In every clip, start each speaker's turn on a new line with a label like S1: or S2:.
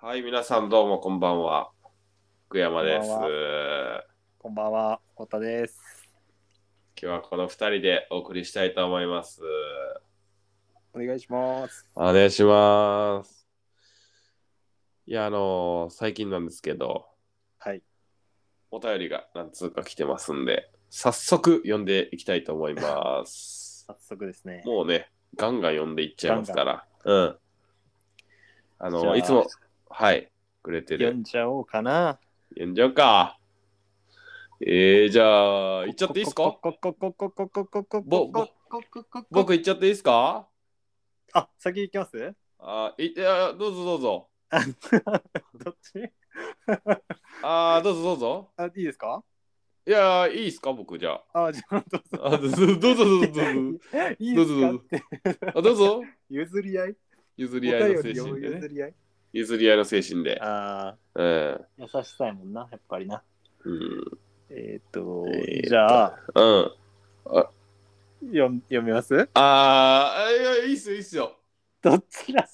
S1: はい、皆さんどうもこんばんは。福山です。
S2: こんばん
S1: 今
S2: こんばんは、太田です。
S1: 日はこの2人でお送りしたいと思います。
S2: お願いします。
S1: お願いします。いや、あのー最近なんですけど、
S2: はい。
S1: お便りが何通か来てますんで、早速読んでいきたいと思い ます。
S2: 早速ですね。
S1: もうね、ガンガン読んでいっちゃいますから。うん。あ
S2: じゃ
S1: の
S2: あ
S1: いつも、はい、くれて
S2: 読
S1: る。
S2: んじゃおうかな。
S1: 読んじゃおうか。えー、じゃあ、いっちゃっていいですか
S2: ここここここここ
S1: ぼ
S2: こ
S1: ぼ
S2: ここここ
S1: 僕行っちゃっていいですか
S2: あ、先行きます
S1: あいいやどうぞどうぞ。
S2: あどっち
S1: あーどうぞどうぞ。
S2: あ、いいですか
S1: いやいいですか僕じゃ
S2: あ、じゃあどうぞ。
S1: あ。あどうぞどうぞどうぞどうぞ。
S2: いい
S1: どうぞ
S2: です
S1: ど
S2: か
S1: うぞ
S2: って
S1: あどうぞ。
S2: 譲り合い
S1: 譲
S2: お
S1: り合いの
S2: 便
S1: 精
S2: りを
S1: 神で、ね
S2: 譲。り合い
S1: 譲り合いの精神で。
S2: ああ、
S1: うん。
S2: 優しさやもんな、やっぱりな。
S1: うん。
S2: えーっと
S1: えーっ、と
S2: じゃあ、
S1: うん、
S2: 読ん読みます
S1: あーいやいいっすよいいっす よ。
S2: どっちだ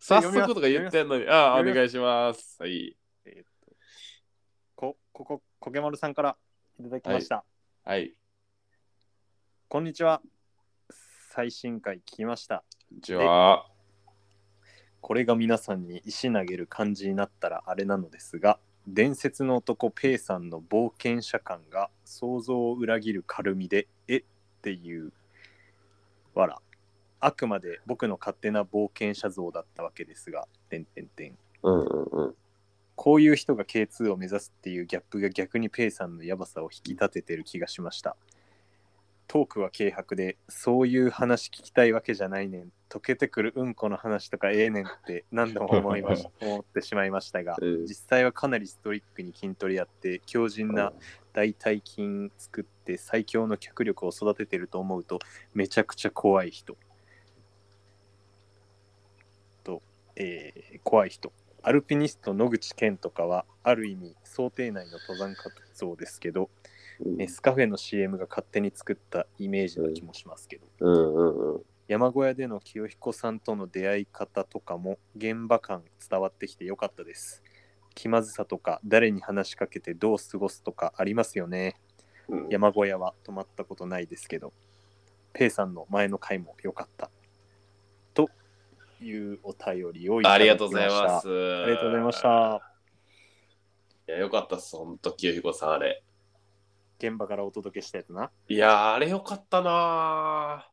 S1: 早速とか言ってんのに。あーお願いします。はい。
S2: こ、ここ、こけまるさんからいただきました。
S1: はい。
S2: こんにちは。最新回聞きました。
S1: じゃあ。
S2: これが皆さんに石投げる感じになったらあれなのですが、伝説の男ペイさんの冒険者感が想像を裏切る軽みで、えっていう、わら。あくまで僕の勝手な冒険者像だったわけですが、てんてんてん。
S1: うんうんうん。
S2: こういう人が K2 を目指すっていうギャップが逆にペイさんのヤバさを引き立ててる気がしました。トークは軽薄で、そういう話聞きたいわけじゃないねん。溶けてくるうんこの話とかええねんって何度も思いまし思ってしまいましたが、
S1: うん
S2: 実際はかなりストイックに筋トレやって、強靭な大腿筋作って最強の脚力を育ててると思うとめちゃくちゃ怖い人と、えー怖い人アルピニスト野口健とかはある意味想定内の登山活動ですけど、
S1: うん
S2: ネスカフェの CM が勝手に作ったイメージな気もしますけど、
S1: うんうんうん。
S2: 山小屋での清彦さんとの出会い方とかも現場感伝わってきてよかったです気まずさとか誰に話しかけてどう過ごすとかありますよね
S1: うん
S2: 山小屋は泊まったことないですけど、ペイさんの前の回も良かった。というお便りをいた
S1: あ
S2: だ
S1: り
S2: き
S1: がとう
S2: ました
S1: ございます。
S2: ありがとうございまし。た。
S1: いや、よかったっす、ほんと、清彦さん、あれ。
S2: 現場からお届けしたやつな。
S1: いやー、あれよかったな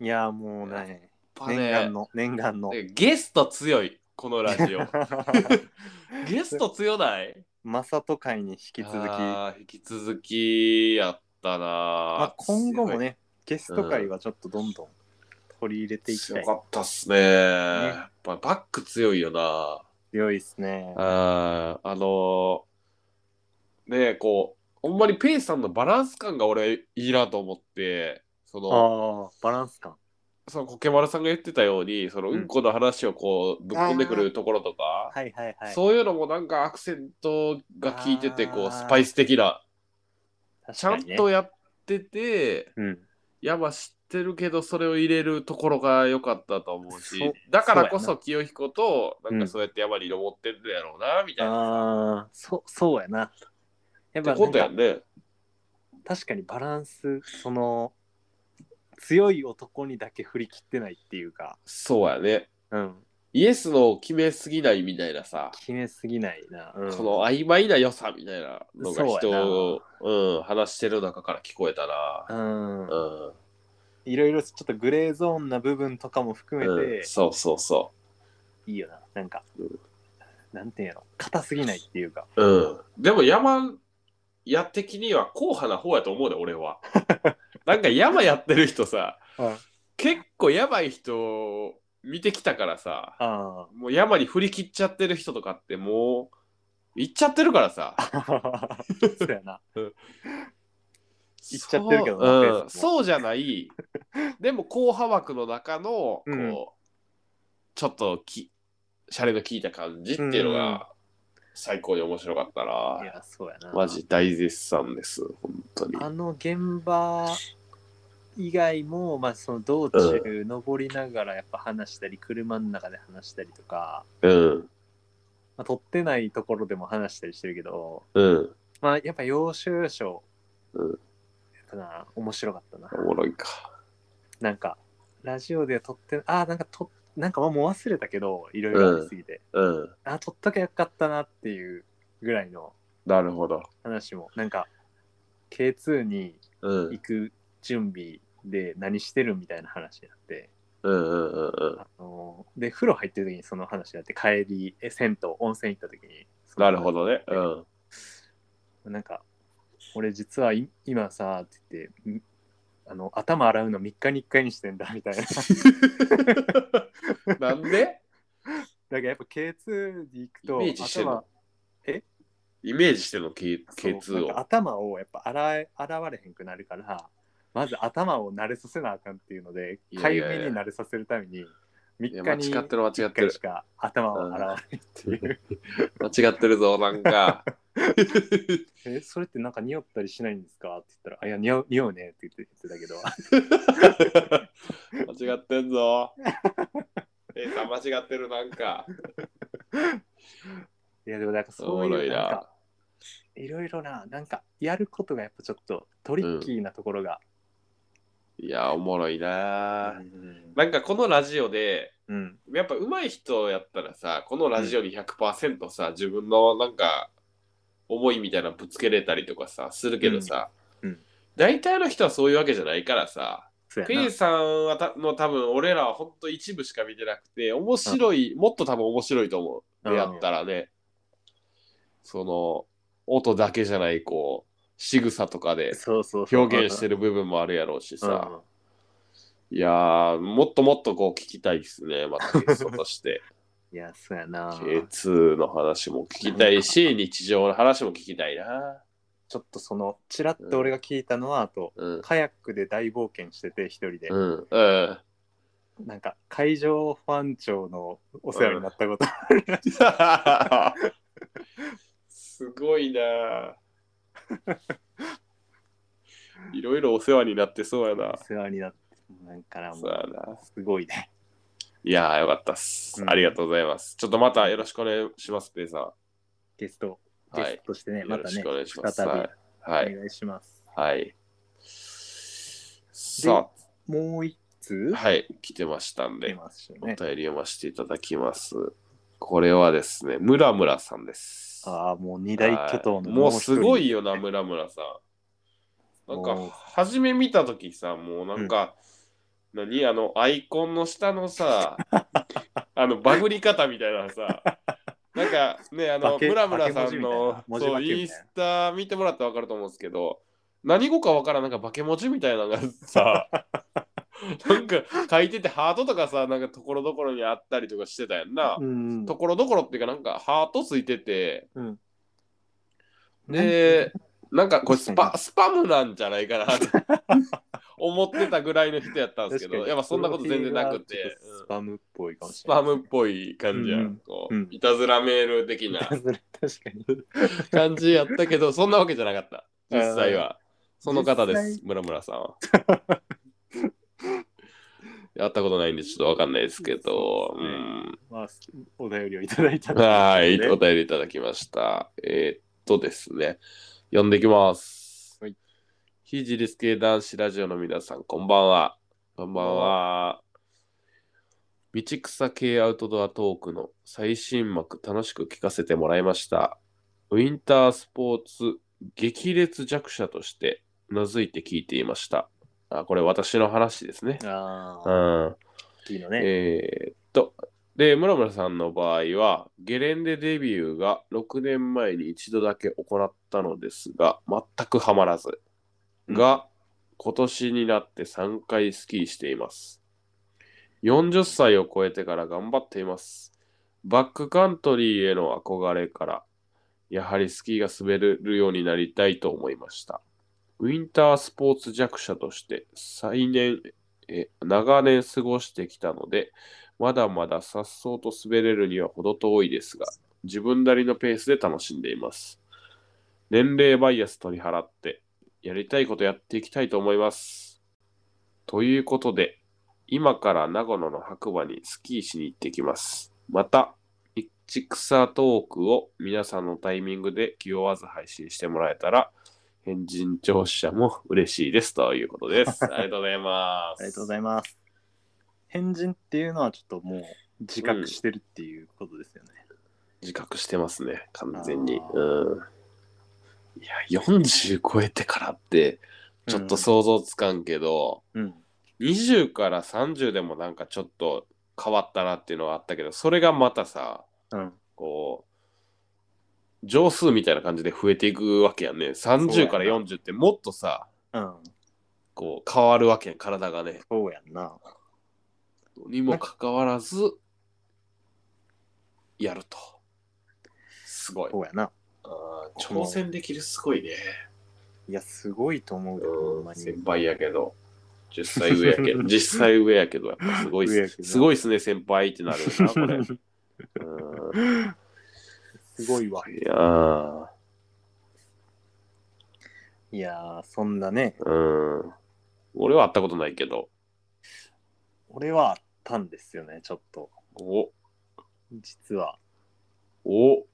S2: いやーもうね、
S1: ー。
S2: 念
S1: やっ
S2: 願の、念願の
S1: ぱ。ね、ゲスト強い、このラジ オ。ゲスト強ない
S2: マサト会に引き続き、ま
S1: あー引き続きやったなー、
S2: あ、今後もね、ゲスト会はちょっとどんどん取り入れていき
S1: すご
S2: た
S1: い。
S2: い
S1: 強。かったっすねやっぱバック強いよな
S2: 強いですね。
S1: あーあのーねえこうほんまにペイさんのバランス感が俺いいなと思ってそ
S2: あ
S1: の
S2: あ、バランス感。
S1: そのコケマルさんが言ってたようにその
S2: う
S1: うんんこの話をこうぶっ込んでくるところとか、
S2: はいはいはい。
S1: そういうのもなんかアクセントが効いててこ
S2: あ
S1: う
S2: ー
S1: スパイス的な、
S2: 確
S1: ちゃ
S2: か
S1: ん
S2: にね
S1: とやってて
S2: うん。
S1: 山知ってるけどそれを入れるところが良かったと思うし
S2: そう
S1: だからこ
S2: そう
S1: そ
S2: や
S1: 清彦となん
S2: う
S1: か
S2: ん
S1: そうやって山に登ってるやろうなみたいな、っ
S2: ああ、そそうやな。やってぱ
S1: ことや
S2: なんんか
S1: ね。
S2: 確かにバランス、その強い男にだけ振り切ってないっていうか、
S1: そうやね
S2: うん、
S1: イエスの決めすぎないみたいなさ、
S2: 決めすぎないな。うん、
S1: この曖昧な良さみたいなのが
S2: そう
S1: 人
S2: やな
S1: をう、ん、話してる中から聞こえたな。
S2: う
S1: う、
S2: ん
S1: ん
S2: いろいろちょっとグレーゾーンな部分とかも含め
S1: うん
S2: て、
S1: そうそうそ
S2: いいよな。なんか、
S1: うん
S2: なんていうの、硬すぎないっていうか。
S1: う。うん、でも山や的には硬派な方やと思うで俺 は。なんか山やってる人さ
S2: あ
S1: 結構やばい人を見てきたからさ
S2: あ
S1: もう山に振り切っちゃってる人とかってもう行っちゃってるからさ。
S2: ー、 そうやな。
S1: 行
S2: っちゃってるけどなペー
S1: う
S2: スも
S1: ん、そうじゃないでも硬派枠の中のこう、
S2: うん
S1: ちょっときシャレの効いた感じっていうの
S2: うん
S1: が最高に面白かった
S2: い
S1: な、
S2: や、そうやな。
S1: マジ大絶賛です本当に
S2: あの現場以外も、まあ、その道中登りながらやっぱ話したり、車の中で話したりとか、
S1: うん
S2: まあ、撮ってないところでも話したりしてるけど、
S1: うん
S2: まあ、やっぱ要所要所、
S1: うん
S2: やっぱな、面白かったな。
S1: おもろいか
S2: なんか、ラジオで撮って、ああ、なんかと、なんかもう忘れたけど、いろいろありすぎて、
S1: うん
S2: ああ、撮っときゃよかったなっていうぐらいの
S1: なるほど
S2: 話も、なんか、K2 に
S1: うん
S2: 行く準備で何してるみたいな話になって、
S1: うんうんうんうん
S2: あのーで、風呂入ってる時にその話になって、帰り、え銭湯、温泉行った時に、
S1: なるほどね うん
S2: なんか、俺実はい今さ、って言って、んあの頭洗うの3日に1回にしてんだみ たいな。
S1: なんで
S2: だからやっぱ K2 に行くと
S1: イメージしてる
S2: 頭
S1: イメージしてんの K-
S2: そう
S1: K2
S2: なんか
S1: を
S2: 頭をやっぱ洗え洗われへんくなるからまず頭を慣れさせなあかんっていうので
S1: いやい
S2: 海
S1: やいや
S2: 面に慣れさせるために
S1: い
S2: 3
S1: や
S2: 日
S1: 間
S2: に
S1: 違って
S2: 1
S1: る間違って
S2: 回
S1: る
S2: しか頭を洗わないっていう、
S1: 間違ってるぞなん か
S2: えそれってなんか匂ったりしないんですかって言ったら「あいや匂う匂うね」って言って言ってたけど
S1: 間違ってんぞ A さん間違ってるなんか
S2: いやでもなんかそう
S1: おもろ
S2: い
S1: いうな
S2: なんかいろいろななんかやることがやっぱちょっとトリッキーなところが、
S1: いやおもろいな
S2: う
S1: ぁ
S2: ん
S1: なんかこのラジオで
S2: うん
S1: やっぱ上手い人やったらさこのラジオに100%さ、自分のなんか思いみたいなのぶつけれたりとかさするけどさ、
S2: うんうん
S1: 大体の人はそういうわけじゃないからさ、
S2: そうやな
S1: P さんはたの多分俺らはほんと一部しか見てなくて面白い、もっと多分面白いと思う、
S2: うん
S1: でやったらねその音だけじゃないこう仕草とかで
S2: そうそうそう
S1: 表現してる
S2: る
S1: 部分もあるやろうしさ、いやー、もっともっとこう聞きたいですね、またゲストとして。
S2: いや、そうやな。
S1: K2 の話も聞きたいし、日常の話も聞きたいな。
S2: ちょっとその、ちらっと俺が聞いたのは、あと、
S1: うん。
S2: カヤックで大冒険してて、一人で、
S1: うん。うん。
S2: なんか、海上保安庁のお世話になったこと、
S1: すごいな。いろいろお世話になってそうやな
S2: お。世話になって、なんかな、も
S1: そうや
S2: う、
S1: な。
S2: すごいね。
S1: いやー、よかったっす
S2: う。ん
S1: ありがとうございます。ちょっとまたよろしくお願いします、ペイさん。
S2: ゲスト、ゲ
S1: はい
S2: ストとしてね、
S1: よ
S2: ま
S1: ろ
S2: た
S1: し
S2: ね、
S1: くお願いします。
S2: 再び、
S1: はい。はい。
S2: お願いします。
S1: はい。さ
S2: もう一通
S1: あ、はい、来てましたん
S2: 出
S1: で、
S2: ますよ
S1: お
S2: ね
S1: 便り。読ませていただきます。これはですね、ムラムラさんです。
S2: ああ、もう二大巨頭の
S1: はいもう
S2: 一人
S1: すごいよな、ムラムラさん。なん
S2: もう
S1: か、初め見たときさ、もうなんか、何あの、アイコンの下の さ、あの、バグり方みたいなさ、なんかね、あの、
S2: 化け
S1: ムラムラさ
S2: 化け
S1: ん
S2: 文字みたい
S1: の
S2: な文字
S1: そ
S2: 化
S1: う
S2: けみたいな
S1: インスタ見てもらったら分かると思うんですけど、何語か分からん、なんか化け文字みたいなのが さ、なんか書いててハートとかさ、なんかところどころにあったりとかしてたやんな。
S2: うん
S1: ところどころっていうかなんかハートついてて、
S2: うん
S1: でなんかこれス
S2: 確
S1: パスパムなんじゃないかなと 思ってたぐらいの人やったんですけ
S2: 確
S1: ど
S2: かに
S1: やっぱそんなこと全然なく
S2: プロフィール
S1: て
S2: がちょっとスパムっぽいか
S1: うん
S2: も
S1: ス
S2: しれ
S1: パ
S2: ない。
S1: ムっぽい感じや、
S2: うん
S1: こう
S2: うん
S1: いたずらメール的ない
S2: たずら 確かに。
S1: 感じやったけどそんなわけじゃなかった実際はその方で
S2: 実
S1: す村村さんは やったことないんでちょっとわかんないですけど
S2: そうですね
S1: うん
S2: まあ、お便りをいただいたの で
S1: はい、お
S2: ね
S1: 便りいただきました。えーっとですね、読んでいきます。
S2: はい。
S1: 非自立系男子ラジオの皆さん、こんばんは。こんばんは。道草系アウトドアトークの最新幕楽しく聞かせてもらいました。ウィンタースポーツ激烈弱者としてうなずいて聞いていました。あ、これ私の話ですね。
S2: あ
S1: う
S2: あ、
S1: ん。
S2: いいのね。
S1: えーっと、で、村村さんの場合は、ゲレンデデビューが6年前に一度だけ行ったのですが、全くハマらず。が、今年になって3回スキーしています。40歳を超えてから頑張っています。バックカントリーへの憧れから、やはりスキーが滑れるようになりたいと思いました。ウィンタースポーツ弱者として最年え長年過ごしてきたので、まだまだ颯爽と滑れるには程遠いですが、自分なりのペースで楽しんでいます。年齢バイアス取り払って、やりたいことやっていきたいと思います。ということで、今から長野の白馬にスキーしに行ってきます。また、イチクサトークを皆さんのタイミングで気負わず配信してもらえたら、変人聴取者も嬉しいですということ です。ありがとうございます。
S2: ありがとうございます。変人っていうのはちょっともう自覚してるっていうことですよね。
S1: 自覚してますね、完全に
S2: あ。
S1: うん。いや、40超えてからって、ちょっと想像つかんけど、
S2: うん。
S1: 20から30でもなんかちょっと変わったなっていうのはあったけど、それがまたさ、
S2: うん。
S1: こう、上数みたいな感じで増えていくわけやんね。
S2: そうや
S1: 30
S2: な
S1: から40ってもっとさ、
S2: うん。
S1: こう変わるわけやん、体がね。
S2: そうやんな。
S1: にもかかわらず、やると。すごい。
S2: そうやな。
S1: あー挑戦できるすごいね。
S2: いや、すごいと思うよ、ほんまに。
S1: 先輩やけど。10歳上やけ ど、実際上やけど、やっぱすごいっ
S2: 上やけ
S1: す、
S2: ど
S1: すごいっすね、先輩ってなるよな、これ。うん
S2: すごいわ。
S1: いやー
S2: いやー、そんなね、
S1: うん。俺は会ったことないけど。
S2: 俺はあったんですよね、ちょっと。
S1: お、
S2: 実は、
S1: お、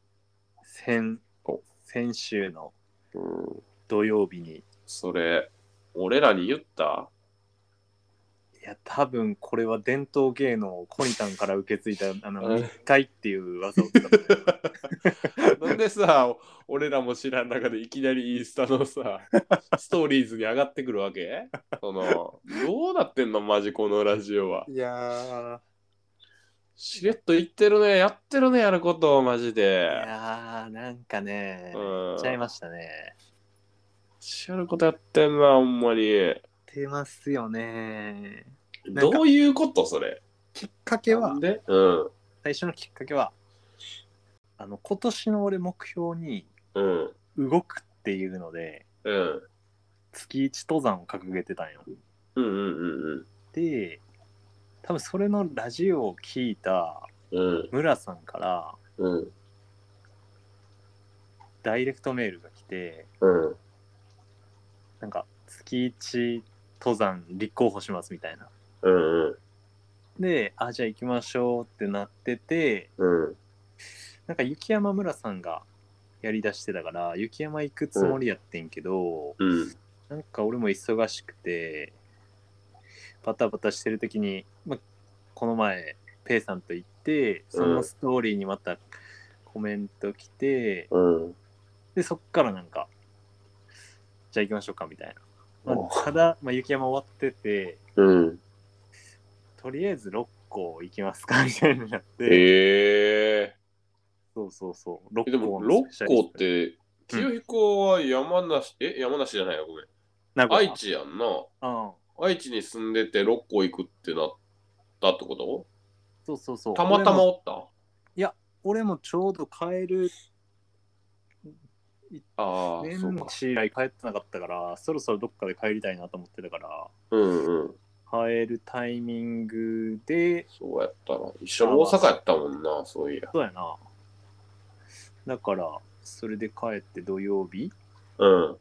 S2: 先
S1: お、
S2: 先週の
S1: うん、
S2: 土曜日に、
S1: それ、俺らに言った
S2: いや、多分これは伝統芸能をコニタンから受け継いだ、あ
S1: う
S2: の、
S1: ん
S2: 密会っていう技を使 って
S1: なんでさ、俺らも知らん中でいきなりインスタの さ、ストーリーズに上がってくるわけその、どうなってんのマジこのラジオは。
S2: いや
S1: しれっと言ってるね、やってるね、やること、マジで
S2: ー、い。やー、なんかね、
S1: うん
S2: やっちゃいましたね。
S1: しやることやってんな、ほんまに。
S2: 出ますよね。なんか
S1: どういうことそれ。
S2: きっかけ
S1: な
S2: は
S1: ん、でうん。
S2: 最初のきっかけは、あの、今年の俺目標に
S1: うん。
S2: 動くっていうので、
S1: うん。
S2: 月一登山を掲げてたんよ。
S1: うんうんうん
S2: で、多分それのラジオを聞いた
S1: うん。
S2: 村さんから
S1: うん。うん。
S2: ダイレクトメールが来て、
S1: うん。
S2: なんか月一登山立候補しますみたいな。
S1: うん。うん。
S2: で、あ、じゃあ行きましょうってなってて、
S1: うん。
S2: なんか雪山村さんがやりだしてたから、雪山行くつもりやってんけど、
S1: うん。
S2: なんか俺も忙しくて、バタバタしてる時に、ま、この前、ペイさんと行って、そのストーリーにまたコメント来て、
S1: うん。
S2: で、そっからなんか、じゃあ行きましょうかみたいな。ま
S1: お
S2: あ、ただ、まあ、雪山終わってて、
S1: うん。
S2: とりあえず6個行きますかみ たいになって、
S1: ええ
S2: そうそうそう、6
S1: でも、
S2: のスペシ
S1: 六
S2: ャリ
S1: 甲
S2: ス
S1: っ
S2: ト、
S1: て、清彦は山梨、え、山梨じゃないよ、ごめん。
S2: 名古屋
S1: 愛。知やんな。
S2: うん。
S1: 愛知に住んでて六甲行くってなったってこ
S2: そうそうそう。
S1: とたまた
S2: 俺
S1: ま
S2: も
S1: おった
S2: 俺もちょうど帰る
S1: ああ、
S2: 年
S1: そうか。
S2: 始以来帰ってなかったからそろそろどっかで帰りたいなと思ってたから
S1: うんうん。
S2: 帰るタイミングで
S1: そうやったな。一緒の大阪やったもんな、そういや。
S2: そうやなだからそれで帰って土曜日
S1: うん。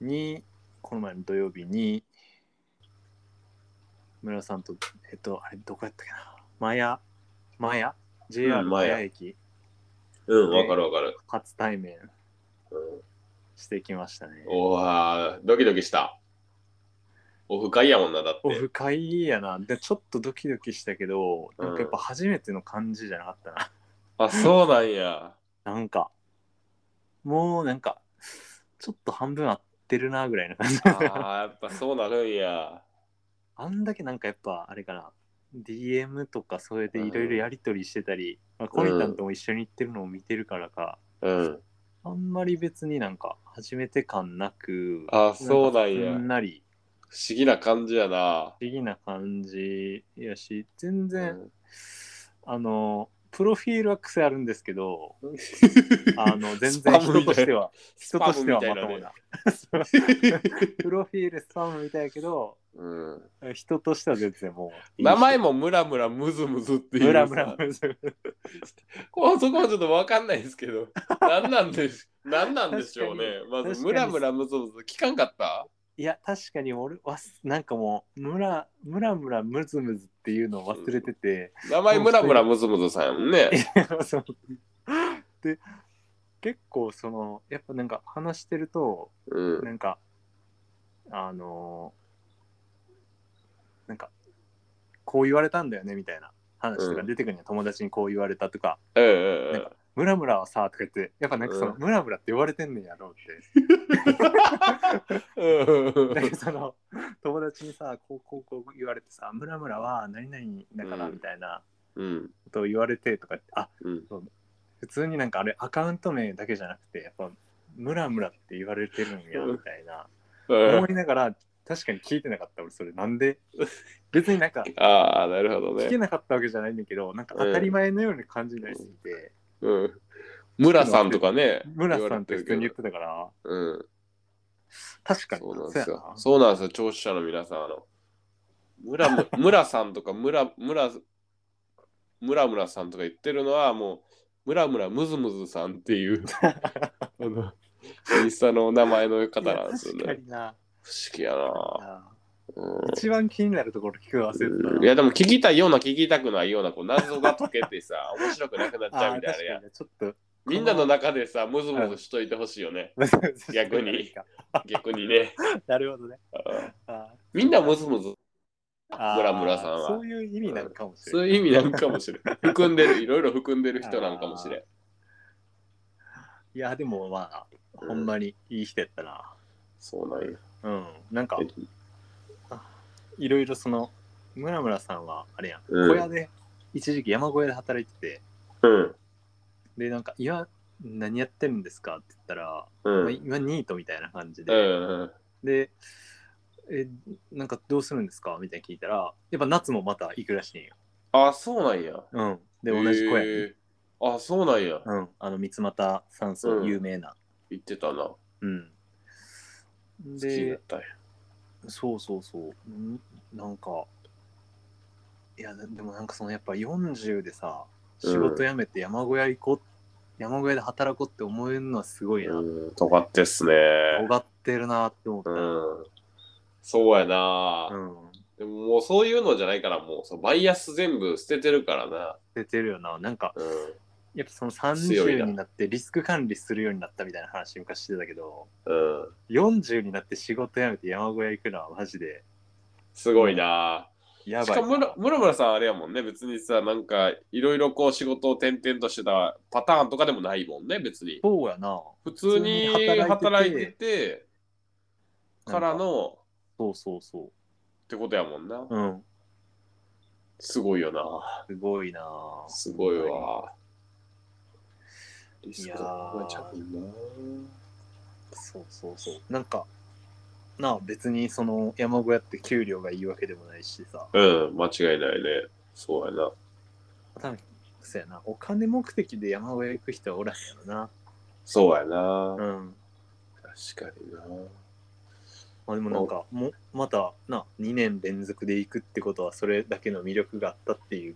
S2: にこの前の土曜日に村さんとえっとあれどこやったっけなマヤマヤ JR
S1: うんマ
S2: マ
S1: ヤ
S2: ヤ駅
S1: うん、わかるわかる。
S2: 初対面
S1: うん、
S2: してきましたね
S1: おわー、ドキドキした。オフ会やもんな、だっ
S2: オ
S1: て。
S2: フ会やなでちょっとドキドキしたけどなんかやっぱ初めての感じじゃなかったな
S1: あ、そうなんや。
S2: なんか、もうなんか、ちょっと半分合ってるなぐらいな感じ。
S1: あーやっぱそうなるんや。
S2: あんだけなんかやっぱ、あれかな、DM とかそれでいろいろやりとりしてたり、まあ、コニタンとも一緒に行ってるのを見てるからか、
S1: うん。
S2: あんまり別になんか、初めて感なく、
S1: あそうなんや
S2: かすんなり、
S1: 不思議な感じやな。
S2: 不思議な感じやし、全
S1: う
S2: 然、
S1: ん、
S2: あの、プロフィールは癖あるんですけど、あ の、全
S1: スパ
S2: 然
S1: ムみたい
S2: 人としては、人としてはまともな。プロフィールスパムみたいやけど、
S1: うん、
S2: 人としては全然もう。
S1: 名前もムラムラムズムズっていうさ
S2: ムラ ムラムズ。
S1: こうそこはちょっとわかんないですけ ど何なんでし何なんでしょうねま
S2: 確か
S1: ず
S2: に
S1: ムラムラムズムズ聞かんかった
S2: いや確かに俺わすなんかもうムラムラムラムズムズっていうのを忘れてて、
S1: 名前ムラムラムズムズさんやもんね。
S2: そので結構そのやっぱなんか話してると
S1: うん。
S2: なんかあのなんかこう言われたんだよねみたいな話とか
S1: うん
S2: 出てくるには、友達にこう言われたとか
S1: うん
S2: なんかムラムラはさとか言ってやっぱなんかその、
S1: うん
S2: ムラムラって言われてんねんやろうって
S1: うん うん。
S2: なんかその友達にさこうこうこう言われてさ「ムラムラは何々だから」
S1: うん
S2: みたいな
S1: うん。
S2: ことを言われてとかってあ
S1: うん。
S2: 普通になんかあれアカウント名だけじゃなくてやっぱ「ムラムラ」って言われてるんや
S1: うん
S2: みたいな
S1: うん
S2: 思いながら確かに聞いてなかった俺それなんで別になん か
S1: ああ、なるほど
S2: 聞け
S1: ね。
S2: なかったわけじゃないんだけどなんか当たり前のように感じになりすぎて
S1: うん。ムラさんとかね。
S2: ムラさんって普通に言っ
S1: 言われてる
S2: てたから
S1: けどうん。
S2: 確かに
S1: そうなん
S2: そ
S1: で
S2: う
S1: す
S2: や
S1: よ。そうなんですよ、聴取者の皆さん。あの村む村さんとか村村村村さんとか言ってるのはもう村村むずむずさんっていうあのインスタのお名前の方
S2: な
S1: なんですよ
S2: いや確か
S1: ね。
S2: にな
S1: 不思議やな。
S2: あ
S1: うん
S2: 一番気になるところ聞くの忘れてた
S1: うんいやでも聞きたいような聞きたくないようなこう謎が解けてさ面白くなくなっち
S2: あ
S1: ゃう
S2: あ
S1: みたいなや
S2: 確かにねちょっと
S1: みんなの中でさムズムズしといてほしいよね 逆に。逆にね
S2: なるほどね。
S1: うん
S2: あ
S1: みんなムズムズ
S2: ー
S1: 村村さんは
S2: そういう意味なのかもしれ
S1: そ
S2: な
S1: う
S2: い。
S1: いう意味なんかもしれん。含んでる、いろいろ含んでる人なのかもしれん。
S2: いや、でもまあ、
S1: うん
S2: ほんまにいい人やったな。
S1: そうなんや。
S2: うん。なんか
S1: え、
S2: いろいろその、村村さんは、あれやん、
S1: うん
S2: 小屋で、一時期山小屋で働いてて、
S1: うん。
S2: で、なんか、今、何やってるんですかって言ったら、
S1: うん。
S2: まあ
S1: うん
S2: 今、ニートみたいな感じ
S1: う
S2: で、
S1: ん。
S2: で、え、なんかどうするんですかみたいな聞いたら、やっぱ夏もまた行くらしいんよ。
S1: あ、そうなんや。
S2: うん。で、同じ小屋に
S1: へえあ、そうなんや。
S2: うん、あの三俣山
S1: う
S2: 荘
S1: ん
S2: 有名な。
S1: 言ってたな。
S2: うん。
S1: 好きにな
S2: で
S1: っ、たんや。
S2: そうそうそう。うんなんか、いや、でもなんかそのやっぱ40でさ、仕事辞めて山小屋行こう、山小屋で働こうって思えるのはすごいな。
S1: うん。尖ってっすね。
S2: 尖ってるなって思った。
S1: う
S2: うん。
S1: ん。そうやな。でももうそういうのじゃないから、もうそうバイアス全部捨ててるからな。
S2: 出てるよな。なんか、
S1: う
S2: やっぱその
S1: 強いな
S2: 30になってリスク管理するようになったみたいな話昔してたけど、
S1: ん。うん。
S2: 40になって仕事辞めて山小屋行くのはマジです
S1: ごいな。
S2: やばい。
S1: しかもむら村村さんあれやもんね別にさなんかいろいろこう仕事を転々としてたパターンとかでもないもんね別に
S2: そうやな。
S1: 普通に
S2: 普通に
S1: 働
S2: 働
S1: い
S2: い
S1: て
S2: てて
S1: てからの
S2: そうそうそ
S1: ってことやもんな
S2: う。うん。
S1: すごいよな
S2: すごいなぁ
S1: すごいわリ
S2: い
S1: ス
S2: や
S1: ク
S2: ー
S1: だなちゃうな
S2: そうそうそう。なんか、なあ別にその山小屋って給料がいいわけでもないしさ。
S1: うん間違いないねそうやな
S2: 多分そうやな。お金目的で山小屋行く人はおらんやろな。
S1: そうやな
S2: うん。
S1: 確かにな
S2: まあでもなんか、もまたな、2年連続で行くってことは、それだけの魅力があったっていう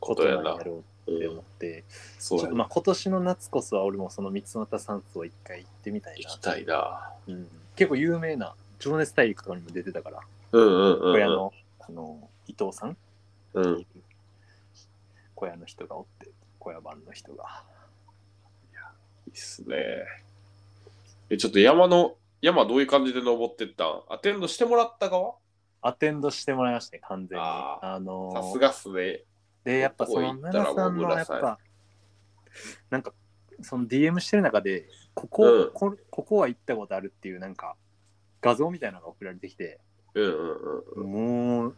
S2: ことなんやろ
S1: う
S2: うって思
S1: ん
S2: って、ち
S1: そ
S2: ょ
S1: う
S2: っ
S1: や
S2: と
S1: な
S2: まあ今年の夏こそは俺もその三俣山荘一回行ってみたい
S1: 行
S2: な
S1: き。たいな
S2: うん、結構有名な、情熱大陸とかにも出てたから。
S1: うんうんうん
S2: 小
S1: う
S2: 屋
S1: ん
S2: の,、あの伊藤さん
S1: うん
S2: 小屋の人がおって小屋番の人が
S1: いいっすね。え、ちょっと山の、山どういう感じで登ってったんアテンドしてもらった側
S2: アテンドしてもらいましたね完全に
S1: あ
S2: あ
S1: ー
S2: の
S1: さすがっすね。
S2: でやっぱその
S1: ここ行ったら
S2: 奈良さん
S1: もう
S2: のやっ
S1: 紫
S2: ぱなんかその DM してる中でここ,、
S1: うん
S2: こここは行ったことあるっていうなんか画像みたいなのが送られてきて
S1: うんうんうん。
S2: もう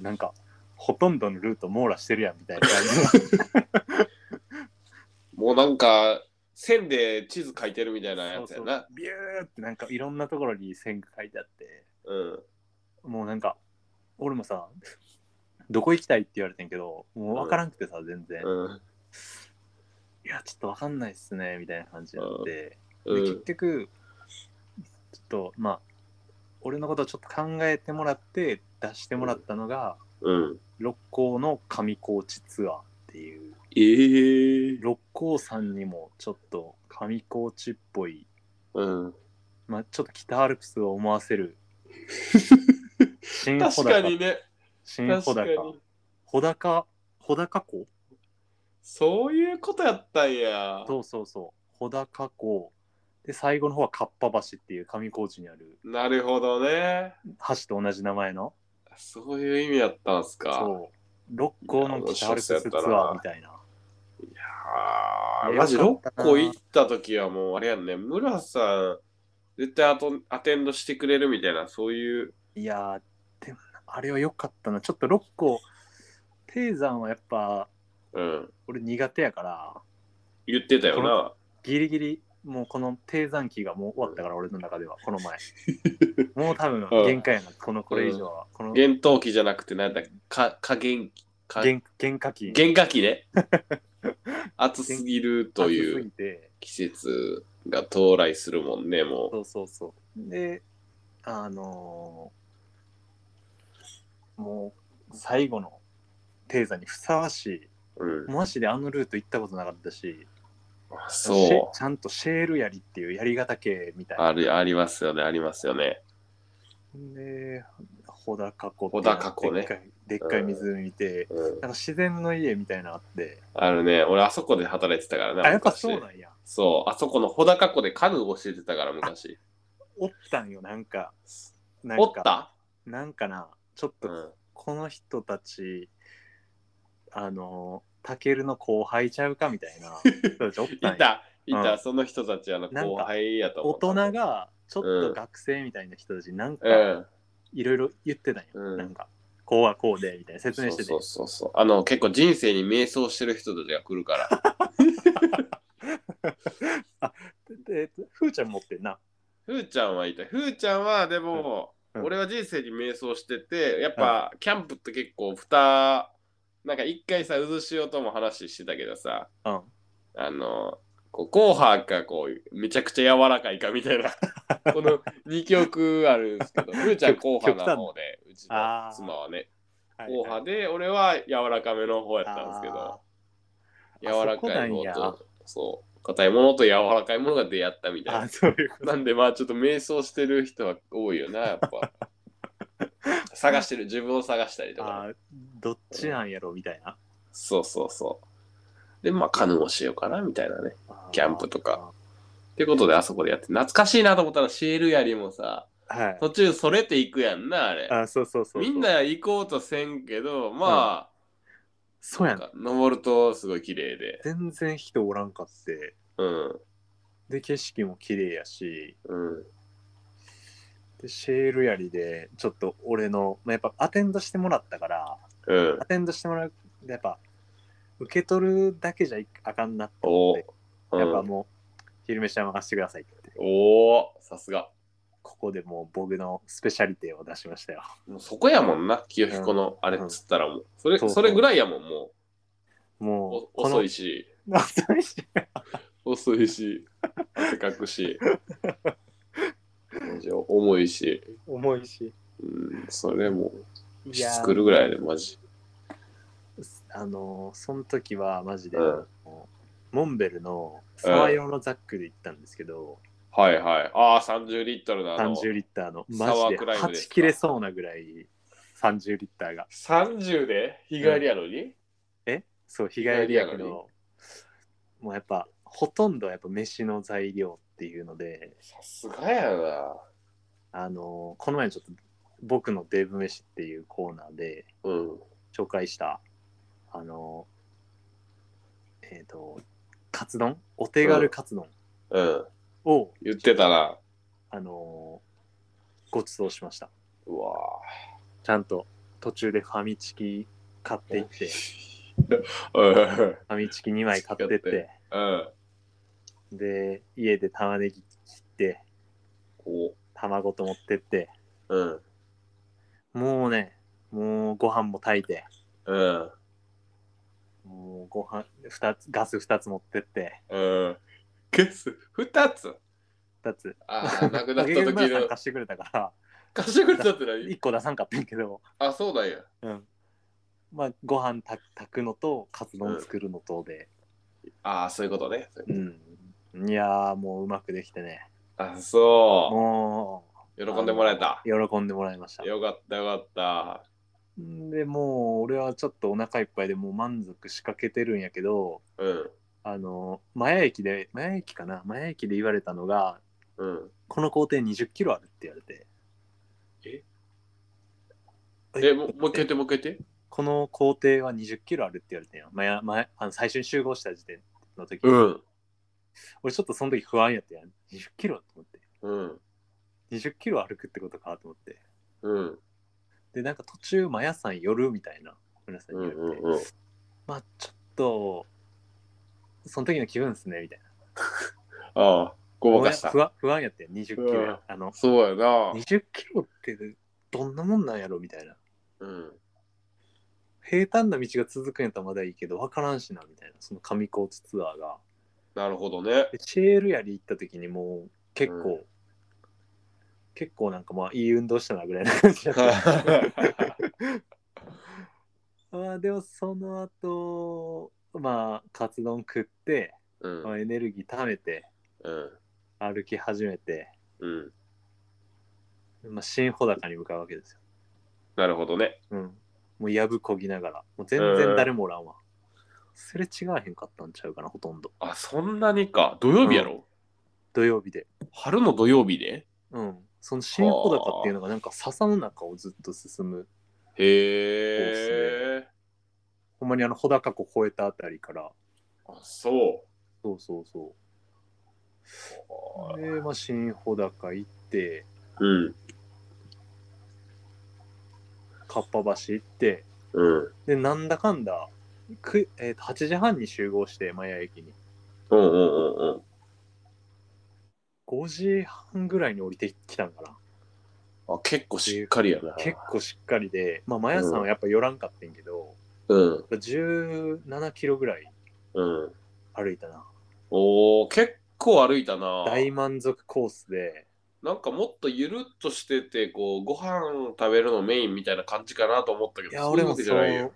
S2: なんかほとんどのルート網羅してるやんみたいな感じ
S1: もうなんか、線で地図書いてるみたいなやつ
S2: そうそ
S1: や
S2: う
S1: な。
S2: ビューってなんかいろんなところに線が書いてあって
S1: うん。
S2: もうなんか俺もさどこ行きたいって言われてんけどもう分からんくてさ全然、い
S1: うん。
S2: やちょっと分かんないっすねみたいな感じになって、
S1: う
S2: で結
S1: ん。
S2: 局ちょっとまあ俺のことをちょっと考えてもらって出してもらったのが、
S1: うん、
S2: 六甲の上高地ツアーっていう
S1: ええ
S2: 六甲山にもちょっと上高地っぽい
S1: うん。
S2: まあ、ちょっと北アルプスを思わ せる新穂
S1: 確か
S2: 高
S1: にね。
S2: 新穂
S1: 確か
S2: 高
S1: に。
S2: 穂高穂高湖
S1: そういうことやったんや。
S2: そうそうそう穂高湖で最後の方はかっぱ橋っていう上高地にある
S1: なるほどね。
S2: 橋と同じ名前の
S1: そういう意味やったんすか。
S2: そう六甲の北アルプスツアーみたいな
S1: あー
S2: いや
S1: マジ
S2: よ
S1: 6
S2: かったな
S1: 個行った時はもうあれやんね。村さん、絶対アトアテンドしてくれるみたいな、そういう。
S2: いやーでもなあれは良かったなちょっと六甲低山はやっぱ
S1: うん。
S2: 俺苦手やから
S1: 言ってたよな。
S2: ギリギリもうこの低山期がもう終わったから俺の中ではこの 前もう多分限界やなこのこれ以上はこの
S1: 厳冬期じゃなくて、なんだっけ、か、加減期。か
S2: 限限界期
S1: 原価期 ね暑すぎるとい
S2: 暑す
S1: う
S2: ぎて
S1: 季節が到来するもんねも
S2: そうそうそうであのーもう最後の低山にふさわし
S1: う、うん
S2: い、マジであのルート行ったことなかったしシェ
S1: そう
S2: ちゃんとシェール槍っていう槍ヶ岳みたいな
S1: あるありますよねありますよね
S2: で穂高湖
S1: 穂高湖ね
S2: でっかいでっかい湖見て、
S1: うん
S2: なんか自然の家みたいなのあって
S1: あるね俺あそこで働いてたからな
S2: あやっぱそう
S1: 昔
S2: なんや
S1: そうあそこの穂高湖で家具教えてたから昔
S2: おったんよなんかなんか
S1: おった
S2: なんかなちょっ
S1: う
S2: と
S1: ん
S2: この人たち、あのタケルの後輩ちゃうかみたいな人たちお っ
S1: い
S2: たんよ
S1: たいた、
S2: うん
S1: その人たちあの
S2: なんか
S1: 後輩やと
S2: 大
S1: 思
S2: 人
S1: う
S2: がちょっ
S1: うん
S2: と学生みたいな人たちなんか
S1: うん
S2: いろいろ言ってたんよ、
S1: うん
S2: なんかこうはこうでみたいな説
S1: そう
S2: 明してて
S1: そうそうそうあの結構人生に迷走してる人たちが来るから
S2: でふーちゃん持ってんな
S1: ふーちゃんはいた。ふーちゃんはでも、
S2: うん
S1: 俺は人生に迷走してて、やっぱ、キャンプって結構蓋、なんか一回さ、渦潮とも話してたけどさ、
S2: うん
S1: あの、こう、硬派か、こう、めちゃくちゃ柔らかいかみたい な、この2曲あるんですけど、ふーちゃん硬派な方で、うちの
S2: あー
S1: 妻はね、
S2: はい
S1: 硬派で、俺は柔らかめの方やったんですけど
S2: あ、ー
S1: 柔らかい
S2: あそこなんや
S1: 方と、そう、硬いものと柔らかいものが出会ったみたい
S2: ー
S1: な
S2: あ。そういうこと
S1: なんでまあちょっと迷走してる人は多いよな、やっ ぱ。探してる、自分を探したりと
S2: あ
S1: か。
S2: ーどっちなんやろみたいな
S1: そうそうそう。で、まあカヌーをしようかな、みたいなね。キャンプとかってことであそこでやって、懐かしいなと思ったらシェールやりもさ、
S2: あーはい
S1: 途中それていくやんな、あれ
S2: あ。ーそうそうそうそう
S1: みんな行こうとせんけど、ま
S2: そう
S1: あ、
S2: や
S1: なん
S2: な
S1: か登るとすごい綺麗で。
S2: 全然人おらんかって
S1: うん。
S2: で景色も綺麗やし
S1: うん。
S2: でシェールやりでちょっと俺の、まあ、やっぱアテンドしてもらったから
S1: うん
S2: ア。テンドしてもらうやっぱ受け取るだけじゃいあかんなって
S1: お
S2: 思って
S1: ー
S2: やっぱ
S1: うん、
S2: もう昼飯は任せてくださいって
S1: おーさすが。
S2: ここでもう僕のスペシャリティを出しましたよ
S1: もうそこやもんな、清彦のあれっつったらもう。それ、
S2: そうそ
S1: そ
S2: う
S1: れぐらいやもん、もう。
S2: も
S1: お
S2: うこの
S1: 遅いし、
S2: 遅いし
S1: 遅いし、汗かく し、重いし、
S2: 重いし
S1: うん、それも
S2: いやー
S1: 作るぐらいでマジ。
S2: あのーその時はマジで、
S1: うん
S2: モンベルの沢用のザックで行ったんですけど、
S1: はいはい。ああ、30リットルなの。
S2: 30
S1: 30,
S2: リッターの
S1: サ
S2: マ
S1: ワー
S2: ジで
S1: クライムです
S2: 8
S1: か
S2: 切れそうなぐらい30リッターが
S1: で日帰りやのに、
S2: えそう日帰りやけどもうやっぱほとんどやっぱ飯の材料っていうので
S1: さすがやな。
S2: あのーこの前ちょっと僕のデブ飯っていうコーナーで
S1: うん。
S2: 紹介したあのーえっ、とカツ丼お手軽カツ丼
S1: うん。
S2: を、
S1: 言ってたな。
S2: あのーご馳走しました
S1: うわ
S2: ちゃんと途中でファミチキ買っていってフ
S1: ぁ。うん。
S2: ァミチキ2枚買ってっ
S1: ファミチ
S2: て
S1: うん。
S2: で家で玉ねぎ切って
S1: お
S2: 卵と持ってって
S1: うん。
S2: もうねもうご飯も炊いて
S1: うん。
S2: もうご飯二つガス2つ持ってって
S1: うん。ゲス、二つ
S2: 2つ
S1: ああ、なくなった
S2: 結
S1: 時
S2: 局村さ
S1: の
S2: ん。貸してくれたから
S1: 貸してくれたって何
S2: 1個出さんかったんやけど
S1: あ、そうなんや。
S2: うんまあご飯炊炊くのとカツ丼作るのとで
S1: ああ、そういうことね。
S2: うん、いやーもううまくできてね
S1: あ、そ
S2: も
S1: う。
S2: う
S1: 喜んでもらえた。
S2: あの喜んでもらいました
S1: よかったよかった。
S2: でもう俺はちょっとお腹いっぱいでもう満足しかけてるんやけど
S1: うん。
S2: あの前駅で前駅かな前駅で言われたのが
S1: うん。
S2: この工程20キロあるって言われて
S1: え
S2: え
S1: え、もうもう一回言って、もう一回言って。
S2: この工程は20キロあるって言われてんよ前前あの最初に集合した時点の時、
S1: うん。
S2: 俺ちょっとその時不安やったやん20キロと思って
S1: うん。
S2: 20キロ歩くってことかと思って
S1: うん。
S2: でなんか途中マヤさん寄るみたいな皆さん
S1: う
S2: に
S1: ん
S2: 言われて、
S1: うんうん。
S2: まあちょっとその時の気分ですねみたいな
S1: ああ、ごまかした。
S2: 不安不安やってん20キロや、
S1: うん
S2: あの
S1: そうやな。
S2: 20キロってどんなもんなんやろみたいな
S1: うん。
S2: 平坦な道が続くんやったらまだいいけど分からんしなみたいなその上高地ツアーが
S1: なるほど ね。
S2: でチェールやり行った時にもう結構、結構なんかまあいい運動したなぐらいな感じ だったあーでもその後まあカツ丼食って、
S1: うん。
S2: まあエネルギー貯めて
S1: うん。
S2: 歩き始めて、
S1: うん。
S2: まあ、新穂高に向かうわけですよ、
S1: なるほどね。
S2: うん、もうやぶこぎながらもう全然誰もおらんわ、すれ違わへんかったんちゃうかなほとんど
S1: あ、そんなにか。土曜日やろ、
S2: 土曜日で
S1: 春の土曜日で
S2: うんその新穂高っていうのがなんか笹の中をずっと進む
S1: へえ、
S2: ほんまにあの穂高湖越えたあたりから
S1: あ、そ。
S2: そうそうそううで、まあ、新穂高行って
S1: うん。
S2: かっぱ橋行って
S1: うん。
S2: でなんだかんだく、えーと8時半に集合してマヤ駅に
S1: うんうんうんうん。
S2: 5時半ぐらいに降りてきたんかな
S1: あ、結構しっかりやな。
S2: 結構しっかりでまあマヤさんはやっぱ寄らんかってんけど、
S1: うん。
S2: 17キロぐらい
S1: うん。
S2: 歩いたな
S1: おー、結構歩いたな。
S2: 大満足コースで
S1: なんかもっとゆるっとしてて、こう、ご飯食べるのメインみたいな感じかなと思ったけど、
S2: いや
S1: うい
S2: 俺
S1: うわ
S2: も
S1: け
S2: そ
S1: じゃないよ
S2: う。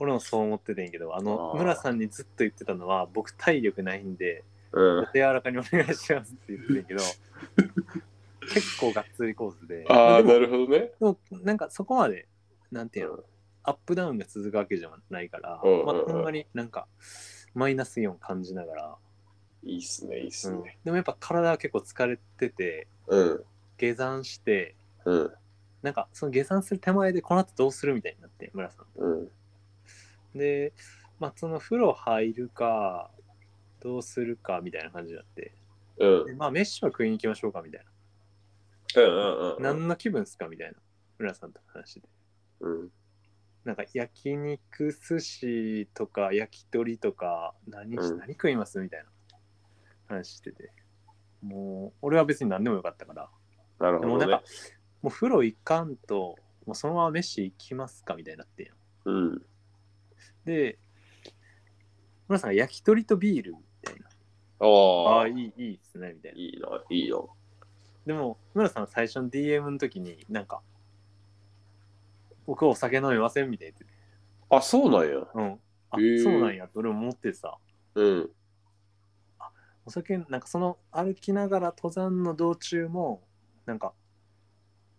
S2: 俺もそう思っててんけどあの
S1: あー
S2: 村さんにずっと言ってたのは僕体力ないんで
S1: うん。
S2: 柔らかにお願いしますって言ってるけど結構がっつりコースで
S1: ああ、
S2: でも
S1: なるほどね。
S2: でもなんかそこまでなんていうの、アップダウンが続くわけじゃないから、
S1: うんうんうん
S2: まあ、ほんまになんかマイナスイオン感じながら、
S1: いいっすね、いいっす
S2: うん
S1: ね。
S2: でもやっぱ体は結構疲れてて
S1: うん。
S2: 下山して
S1: うん。
S2: なんかその下山する手前でこの後どうするみたいになって村さん
S1: うん。
S2: で、まあ、その風呂入るか、どうするかみたいな感じになって、
S1: うん。
S2: でまあ、メッシュは食いに行きましょうかみたい
S1: うんうん
S2: な。何の気分っすかみたいな、村さんと話してて。
S1: うん。
S2: なんか、焼肉寿司とか、焼き鳥とか、何、
S1: うん
S2: 何食いますみたいな話してて。もう、俺は別に何でもよかったから。
S1: なる
S2: でも
S1: ほど
S2: なん
S1: ね
S2: か。、もう風呂行かんと、もうそのままメッシュ行きますかみたいになってんやん
S1: うん。
S2: で、村さんが焼き鳥とビールみたいな。あ
S1: あ
S2: あ、
S1: あ、
S2: い
S1: い
S2: い、いいですね、みたいな。
S1: いな、いいよ。
S2: でも、村さん最初の DM の時に、なんか、僕お酒飲みませんみたいな
S1: あ、そうなんや。
S2: 言ってて。うん。
S1: へ
S2: あ、
S1: え
S2: そうなんやって俺も思ってさ。
S1: うん。
S2: お酒、なんかその歩きながら登山の道中も、なんか、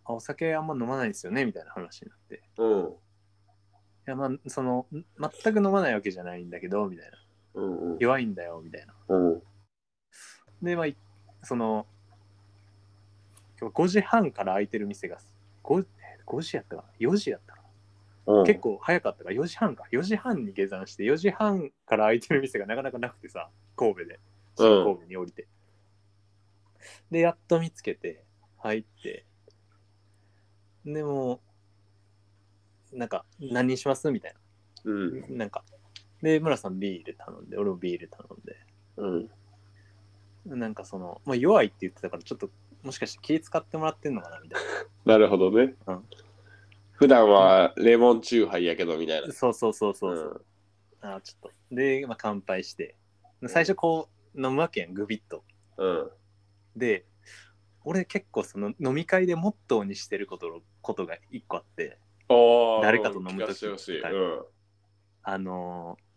S2: あ、お酒あんま飲まないですよねみたいな話になって。い
S1: うん。
S2: や、まあ、その、ん全く飲まないわけじゃないんだけど、みたいな。
S1: うん。
S2: 弱いんだよ、みたいな。
S1: うん。
S2: で、まあ、いその、今日5時半から開いてる店が 5, 5時やったかな ?4 時やったかな
S1: うん。
S2: 結構早かったから4時半か4時半に下山して4時半から開いてる店がなかなかなくてさ神戸で
S1: うん
S2: 新神戸に降りて、でやっと見つけて入ってでもうなんか何にしますみたい
S1: うん。
S2: ななんかで村さんビール頼んで俺もビール頼んで
S1: うん。
S2: なんかその、まあ、弱いって言ってたからちょっともしかして気使ってもらってんのかなみたい
S1: なるほどね
S2: うん。
S1: 普段はレモンチューハイやけどみたいな
S2: な。そうそうそうそうそう、
S1: う
S2: あーちょっとで、まあ、乾杯して最初こう飲むわけやんグビッと
S1: ん。うん。
S2: で俺結構その飲み会でモットーにしてることことが一個あって
S1: ああ。
S2: 誰かと飲む時
S1: 聞かせてほしい。
S2: はい
S1: うん。
S2: あのー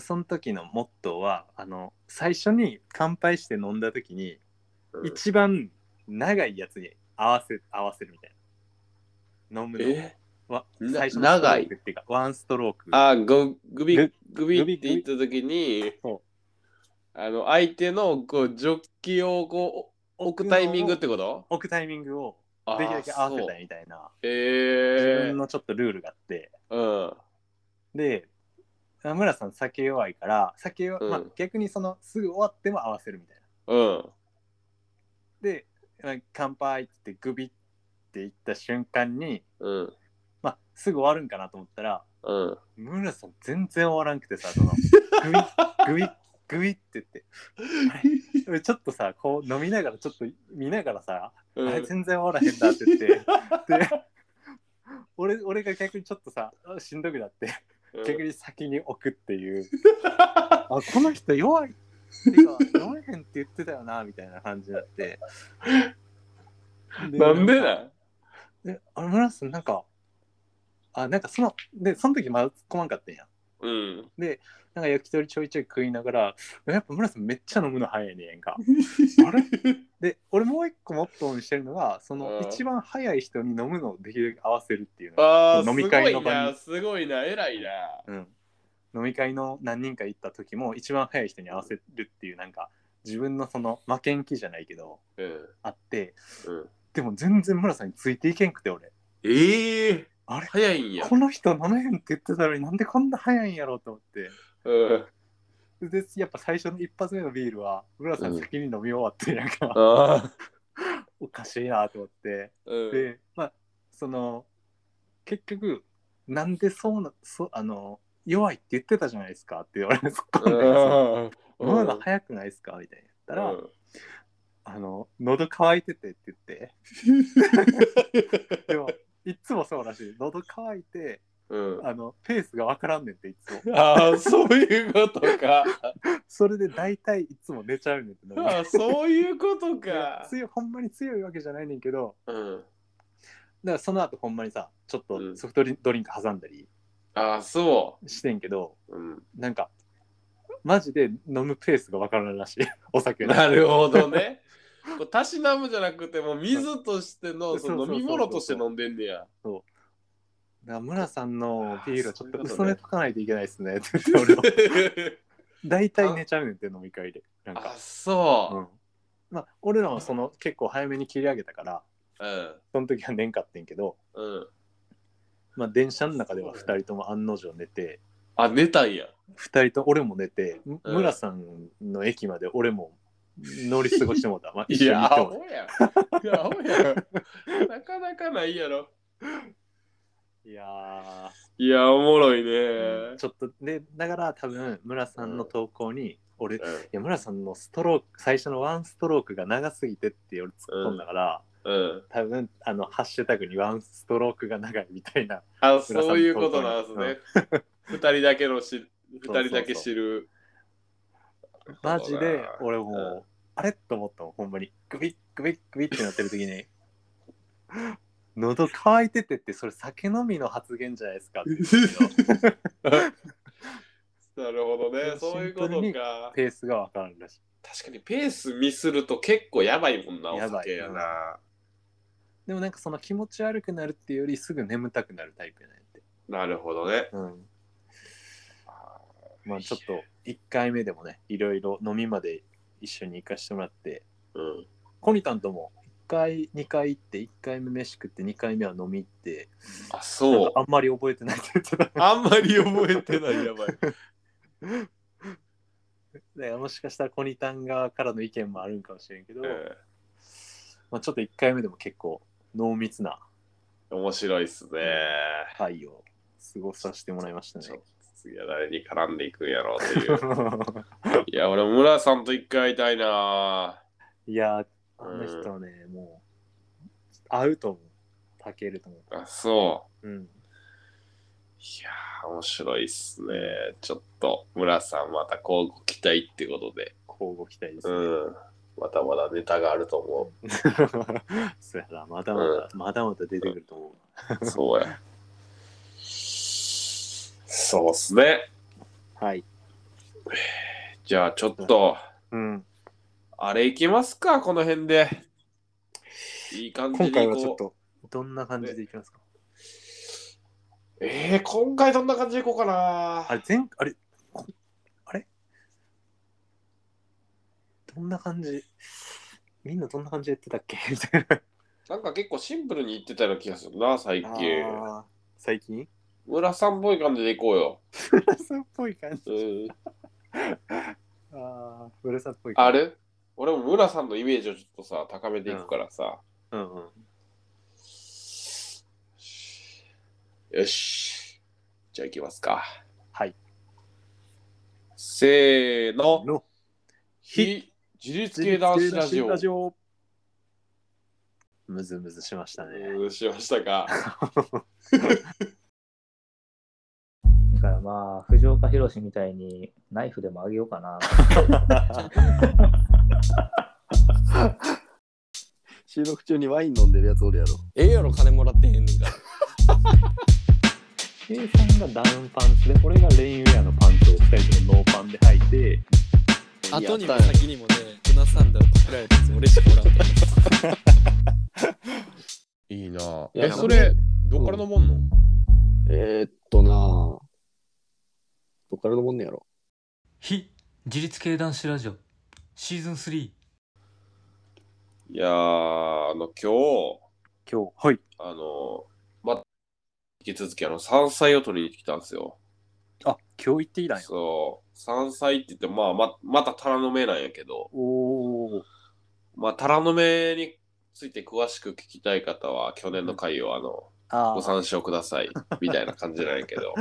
S2: その時のモットーはあの最初に乾杯して飲んだ時に
S1: うん
S2: 一番長いやつに合わせ合わせるみたいな。飲むの
S1: え
S2: は
S1: な
S2: 最初の
S1: 長
S2: ストロ
S1: い
S2: ークっていうか、ワンストローク。
S1: あーググビ
S2: グ
S1: グビって言った時に
S2: そ
S1: あの相手のこうジョッキをこう置くタイミングってこと
S2: 置くタイミングを
S1: あ
S2: できるだけ合わせ
S1: ーそ
S2: た
S1: う
S2: いみたいな、自
S1: え
S2: 分のちょっとルールがあって、
S1: えー、
S2: で、村さん酒弱いから、酒弱、
S1: うん
S2: まあ、逆にそのすぐ終わっても合わせるみたいな。
S1: うんうん
S2: で、まあ乾杯って言ってグビっていった瞬間に、
S1: うん
S2: まあ、すぐ終わるんかなと思ったら、
S1: うん
S2: 村さん全然終わらんくてさ、その、グビッ、グビッ、グビッって言って。あれちょっとさ、こう飲みながら、ちょっと見ながらさ、
S1: う
S2: あれ
S1: ん
S2: 全然終わらへんなって言って。で、俺、俺が逆にちょっとさ、あしんどくなって、逆に先に置くっていう。 あ、この人弱い。てか、飲めへんって言ってたよな、みたいな感じになって。
S1: なんでなん
S2: で、あの、村瀬さん、なんか、あ、なんかその、で、その時まだ突っ込まんかったんや。
S1: うん
S2: なんか焼き鳥ちょいちょい食いながら、やっぱ村瀬さんめっちゃ飲むの早いね んか。あれで、俺もう一個モットーにしてるのが、その
S1: うん
S2: 一番早い人に飲むのをできるだけ合わせるっていうの。
S1: あー
S2: 飲み会の場に
S1: すごいなすごいな偉いな
S2: うん。飲み会の何人か行った時も一番早い人に合わせるっていうなんか自分のその負けん気じゃないけど
S1: うん
S2: あって
S1: うん
S2: でも全然村さんについていけんくて俺
S1: ええー、
S2: あれ
S1: 早いんや
S2: この人飲めへんって言ってたのになんでこんな早いんやろうと思って
S1: うん
S2: でやっぱ最初の一発目のビールは村さん先に飲み終わってなんか、
S1: あ
S2: おかしいなと思って、
S1: ーうん
S2: でまあその結局なんでそうなそうあの弱いって言ってたじゃないですかって言われて突っ込んで
S1: うん
S2: 「飲むの早くないですか?」みたいに言ったら「
S1: うん
S2: あの喉乾いてて」って言ってでもいっつもそうらしい喉乾いて
S1: うん
S2: あのペースが分からんねんっていつも
S1: ああそういうことか
S2: それで大体いつも寝ちゃうねんって飲み
S1: ああそういうことか
S2: 強いほんまに強いわけじゃないねんけど
S1: うん
S2: だからその後ほんまにさちょっ
S1: う
S2: と
S1: ん
S2: ソフトリンドリンク挟んだり
S1: ああそ
S2: してんけど、
S1: う、うん、
S2: なんかマジで飲むペースが分からんらしいお酒の
S1: なるほど ねこうたしなむじゃなくてもう水として
S2: う
S1: の
S2: ん
S1: その
S2: そうそうそうそう
S1: 飲み物として飲んでんねや
S2: だから村さんのビールはちょっと
S1: あーそういうこ
S2: 薄
S1: とね
S2: めとかないといけないですねって 言って俺は大体
S1: あ
S2: 寝ちゃうねんって飲み会でなん
S1: あ
S2: か、う
S1: そ
S2: ん、まあ俺らもその結構早めに切り上げたから
S1: ううん
S2: その時は寝んかってんけど、
S1: うん
S2: まあ、電車の中では2人とも案の定寝て
S1: あ寝たんや
S2: 2人と俺も寝て、む
S1: うん
S2: 村さんの駅まで俺も乗り過ごしてもう た、まあ、
S1: い
S2: 一緒に行っ
S1: や
S2: て
S1: ア
S2: もう
S1: ホやんい やアホやんなかなかないやろ
S2: たいやー
S1: いやおもろいね、
S2: うんちょっとでだから多分村さんの投稿に、俺い
S1: うん
S2: や村さんのストローク最初のワンストロークが長すぎてって俺突っ込んだから、
S1: うん、
S2: 多分あのハッシュタグにワンストロークが長いみたいな
S1: あ
S2: さん
S1: そういうことなんですね。二、人だけのし、二
S2: そうそう
S1: 人だけ知る。
S2: マジで俺もう、
S1: うん
S2: あれと思ったもんほんまにグビッグビッグビッってなってる時に 喉乾いててってそれ酒飲みの発言じゃないですかって言うんだけど
S1: なるほどね、そういうこと
S2: シンプ
S1: か。
S2: ペースが分からんらしい
S1: 確かにペースミスると結構やばいもんな、お
S2: やばい
S1: 酒やな。
S2: でもなんかその気持ち悪くなるっていうよりすぐ眠たくなるタイプやねんって
S1: なるほどね。
S2: うんまあちょっと1回目でもねいろいろ飲みまで一緒に行かしてもらって
S1: うん、
S2: コニタンとも1回2回行って1回目飯食って2回目は飲み行って
S1: あ、
S2: なん
S1: そう
S2: か。あんまり覚えてないって言ってた
S1: あんまり覚えてない、や ばい。
S2: ねもしかしたらコニタン側からの意見もあるんかもしれんけど、
S1: え
S2: まあ、ちょっと1回目でも結構濃密な
S1: え面白いっすね。
S2: 会を過ごさせてもらいましたね
S1: ちょっ。と次は誰に絡んでいくんやろうっていう。いや、俺、村さんと一回会いたいな。
S2: いやーあの人はね、もう合うと思う。たけると思
S1: あ、そう。
S2: う。うん。
S1: いやー、面白いっすね。ちょっと、村さん、また交互期待ってことで、
S2: 交互期待です
S1: う
S2: ね。
S1: ん、またまだネタがあると思
S2: そうやな、まだまだ、まだまだ出てくると思
S1: う。そうや。そうっすね。
S2: う。はい。
S1: じゃあ、ちょっと、
S2: うん。
S1: あれいきますか、この辺で。いい感じ
S2: 今
S1: に
S2: 回はちょっ、
S1: こと
S2: どんな感じでいきますか
S1: う。えー、今回どんな感じでいこうかな。
S2: あれ、前、あれ、こあれどんな感じみんなどんな感じでやってたっけみ たいな。
S1: なんか結構シンプルに言ってたような気がするな、最近。
S2: あー最近
S1: 村さんっぽい感じでいこうよ。
S2: さんっぽい感じ。
S1: うん、
S2: ああ、ブルさんっぽい
S1: あ
S2: れ
S1: れ俺も村さんのイメージをちょっとさ、高めていくからさ。
S2: うんうん。
S1: よし。じゃあいきますか。
S2: はい。
S1: せーの。
S2: の、
S1: 非自立系男子ラジオ。
S2: オ。むずむずしましたね。
S1: うんしましたか。
S3: だからまあ、藤岡弘みたいにナイフでもあげようかな。
S4: 収録中にワイン飲んでるやつおるやろ。
S5: ええやろ金もらってへんねんから
S2: 計算がダウンパンツで、俺がレインウェアのパンツを二人ともノーパンで履いて、
S5: 後に
S4: や
S5: も
S4: ったんや
S5: 先にもねうなサンダルパクられたやつ俺しかおらんから
S1: いいな。
S4: や
S1: え、それ、どっから飲もんの、
S4: えー、っとなぁ。どっからのもんねやろ。
S6: 非自立系男子ラジオシーズン3
S1: いやー、あの、今日、
S2: 今日、はい。
S1: あの、ま、引き続き、あの、山菜を取りに来たんですよ。
S2: あ、今日行っていいだよ。
S1: そう。山菜って言って、まあ、ま、またタラの芽なんやけど、
S2: おお。
S1: まあ、タラの芽について詳しく聞きたい方は、去年の回を、あの、
S2: あ
S1: ご
S2: ー
S1: 参照くださいみたいな感じなんやけ ど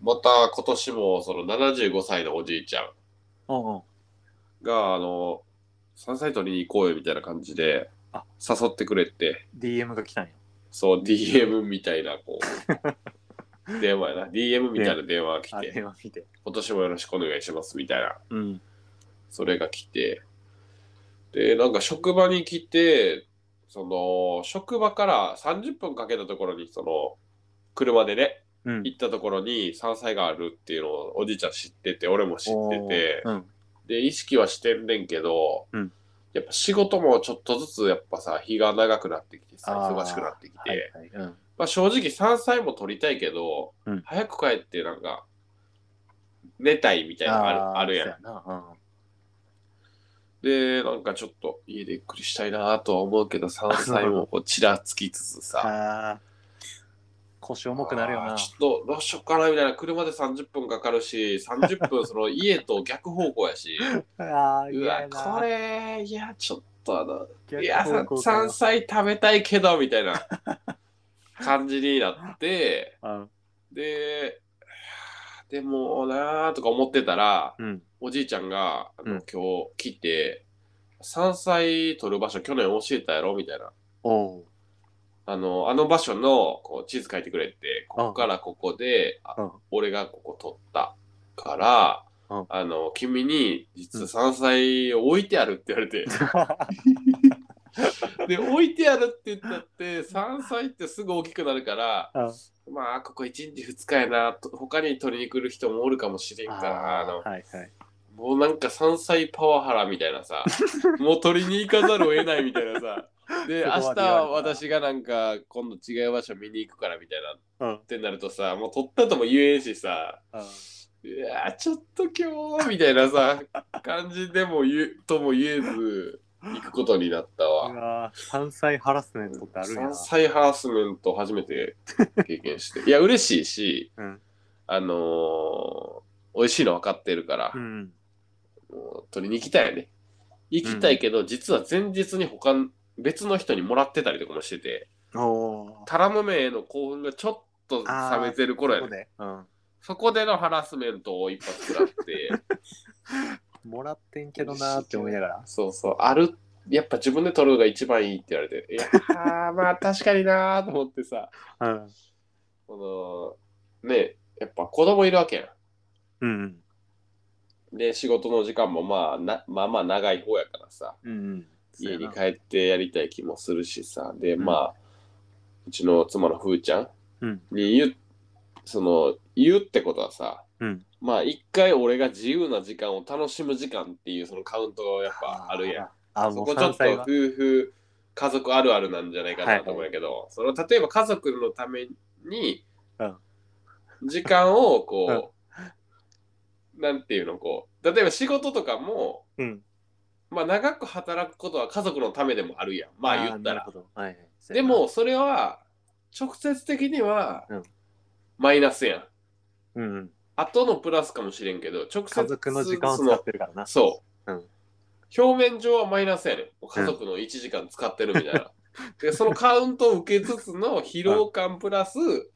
S1: また今年もその75歳のおじいちゃん
S2: うんうん。
S1: があの山菜採りに行こうよみたいな感じで
S2: あ
S1: 誘ってくれて
S2: DM が来たんや。
S1: そう DM みたいなこ う電話やな DM みたいな電話が来
S2: あ、
S1: て
S2: 電話見て。
S1: 今年もよろしくお願いしますみたいな
S2: うん。
S1: それが来てでなんか職場に来てその職場から30分かけたところにその車でね
S2: うん。
S1: 行ったところに山菜があるっていうのをおじいちゃん知ってて俺も知ってて
S2: おーうん。
S1: で意識はしてんねんけど、
S2: うん
S1: やっぱ仕事もちょっとずつやっぱさ日が長くなってきてさ
S2: あー
S1: 忙しくなってきて、
S2: はいはい。うん。
S1: まあ、正直山菜も取りたいけど、
S2: うん
S1: 早く帰ってなんか寝たいみたいなのある
S2: ー
S1: あるやん
S2: そうなうん。
S1: でなんかちょっと家でゆっくりしたいなとは思うけど山菜 もこうちらつきつつさ
S2: ああ。腰重くなるよ
S1: あー
S2: な。
S1: ちょっとどうしようかなみたいな車で30分かかるし30分その家と逆方向や し
S2: ああ、
S1: うわこれいやちょっとあの
S2: れ
S1: いやさ山菜食べたいけどみたい な感じになってででもなーとか思ってたら
S2: うん。
S1: おじいちゃんがあの、
S2: うん
S1: 今日来て山菜取る場所去年教えたやろみたいな
S2: おお
S1: あのあの場所のこう地図書いてくれってここからここで、あ
S2: うん
S1: 俺がここ取ったから、
S2: うん
S1: あの君に実は山菜を置いてあるって言われ て、 で置いてあるって言ったって山菜ってすぐ大きくなるから、まあここ1日2日やなと他に取りに来る人もおるかもしれんからあの
S2: はいはい。
S1: もうなんか山菜パワハラみたいな さもう取りに行かざるを得ないみたいなさで明日
S2: そこまで言われた
S1: は私がなんか今度違う場所見に行くからみたいな
S2: うん
S1: っ。てなるとさもう取ったとも言えんしさ
S2: あ
S1: いやーちょっと今日みたいなさ感じでも言うとも言えず行くことになった
S2: う
S1: わ
S2: わー山菜ハラスメントってあるんや
S1: 山菜ハラスメント初めて経験していや嬉しいし、
S2: うん
S1: あのー美味しいの分かってるから、
S2: うん。
S1: もう取りに行きたいよね。行きたいけど、実は前日に他の別の人にもらってたりとかもしてて、
S2: おお。
S1: タラムメへの興奮がちょっと冷めてる頃や
S2: そこ
S1: ね。
S2: で。うん。
S1: そこでのハラスメントを一発食らって、
S2: もらってんけどなーって思いながら。
S1: そうそう、ある、やっぱ自分で取るのが一番いいって言われて、いやー、まあ確かになーと思ってさ、
S2: うん。
S1: この、ね、やっぱ子供いるわけや
S2: うん。
S1: ん。で、仕事の時間もまあな、まあまあ長い方やからさ、
S2: うん。
S1: 家に帰ってやりたい気もするしさで
S2: ん
S1: まあ、うちの妻のふーちゃん
S2: うん。
S1: に言うその言うってことはさ
S2: うん。
S1: まあ一回俺が自由な時間を楽しむ時間っていうそのカウントがやっぱあるやん。
S2: あ、
S1: そ
S2: も
S1: こ
S2: う
S1: ちょ
S2: 山
S1: っと
S2: 菜
S1: 夫
S2: は。
S1: 婦家族あるあるなんじゃないかなと思うんやけど、その例えば家族のために
S2: うん
S1: 時間をこう、なんていうのこう例えば仕事とかも、
S2: うん。
S1: まあ、長く働くことは家族のためでもあるやんまあ言った
S2: なる
S1: ら
S2: ほど。はいはい。
S1: でもそれは直接的には
S2: うん
S1: マイナスやん
S2: そうやな、うん。
S1: 後のプラスかもしれんけど直接
S2: 家族の時間を
S1: そ
S2: 使ってるからな。
S1: そう、
S2: うん
S1: 表面上はマイナスやねん。家族の1時間使ってるみたいな。 で、そのカウントを受けつつの疲労感プラス
S2: うん、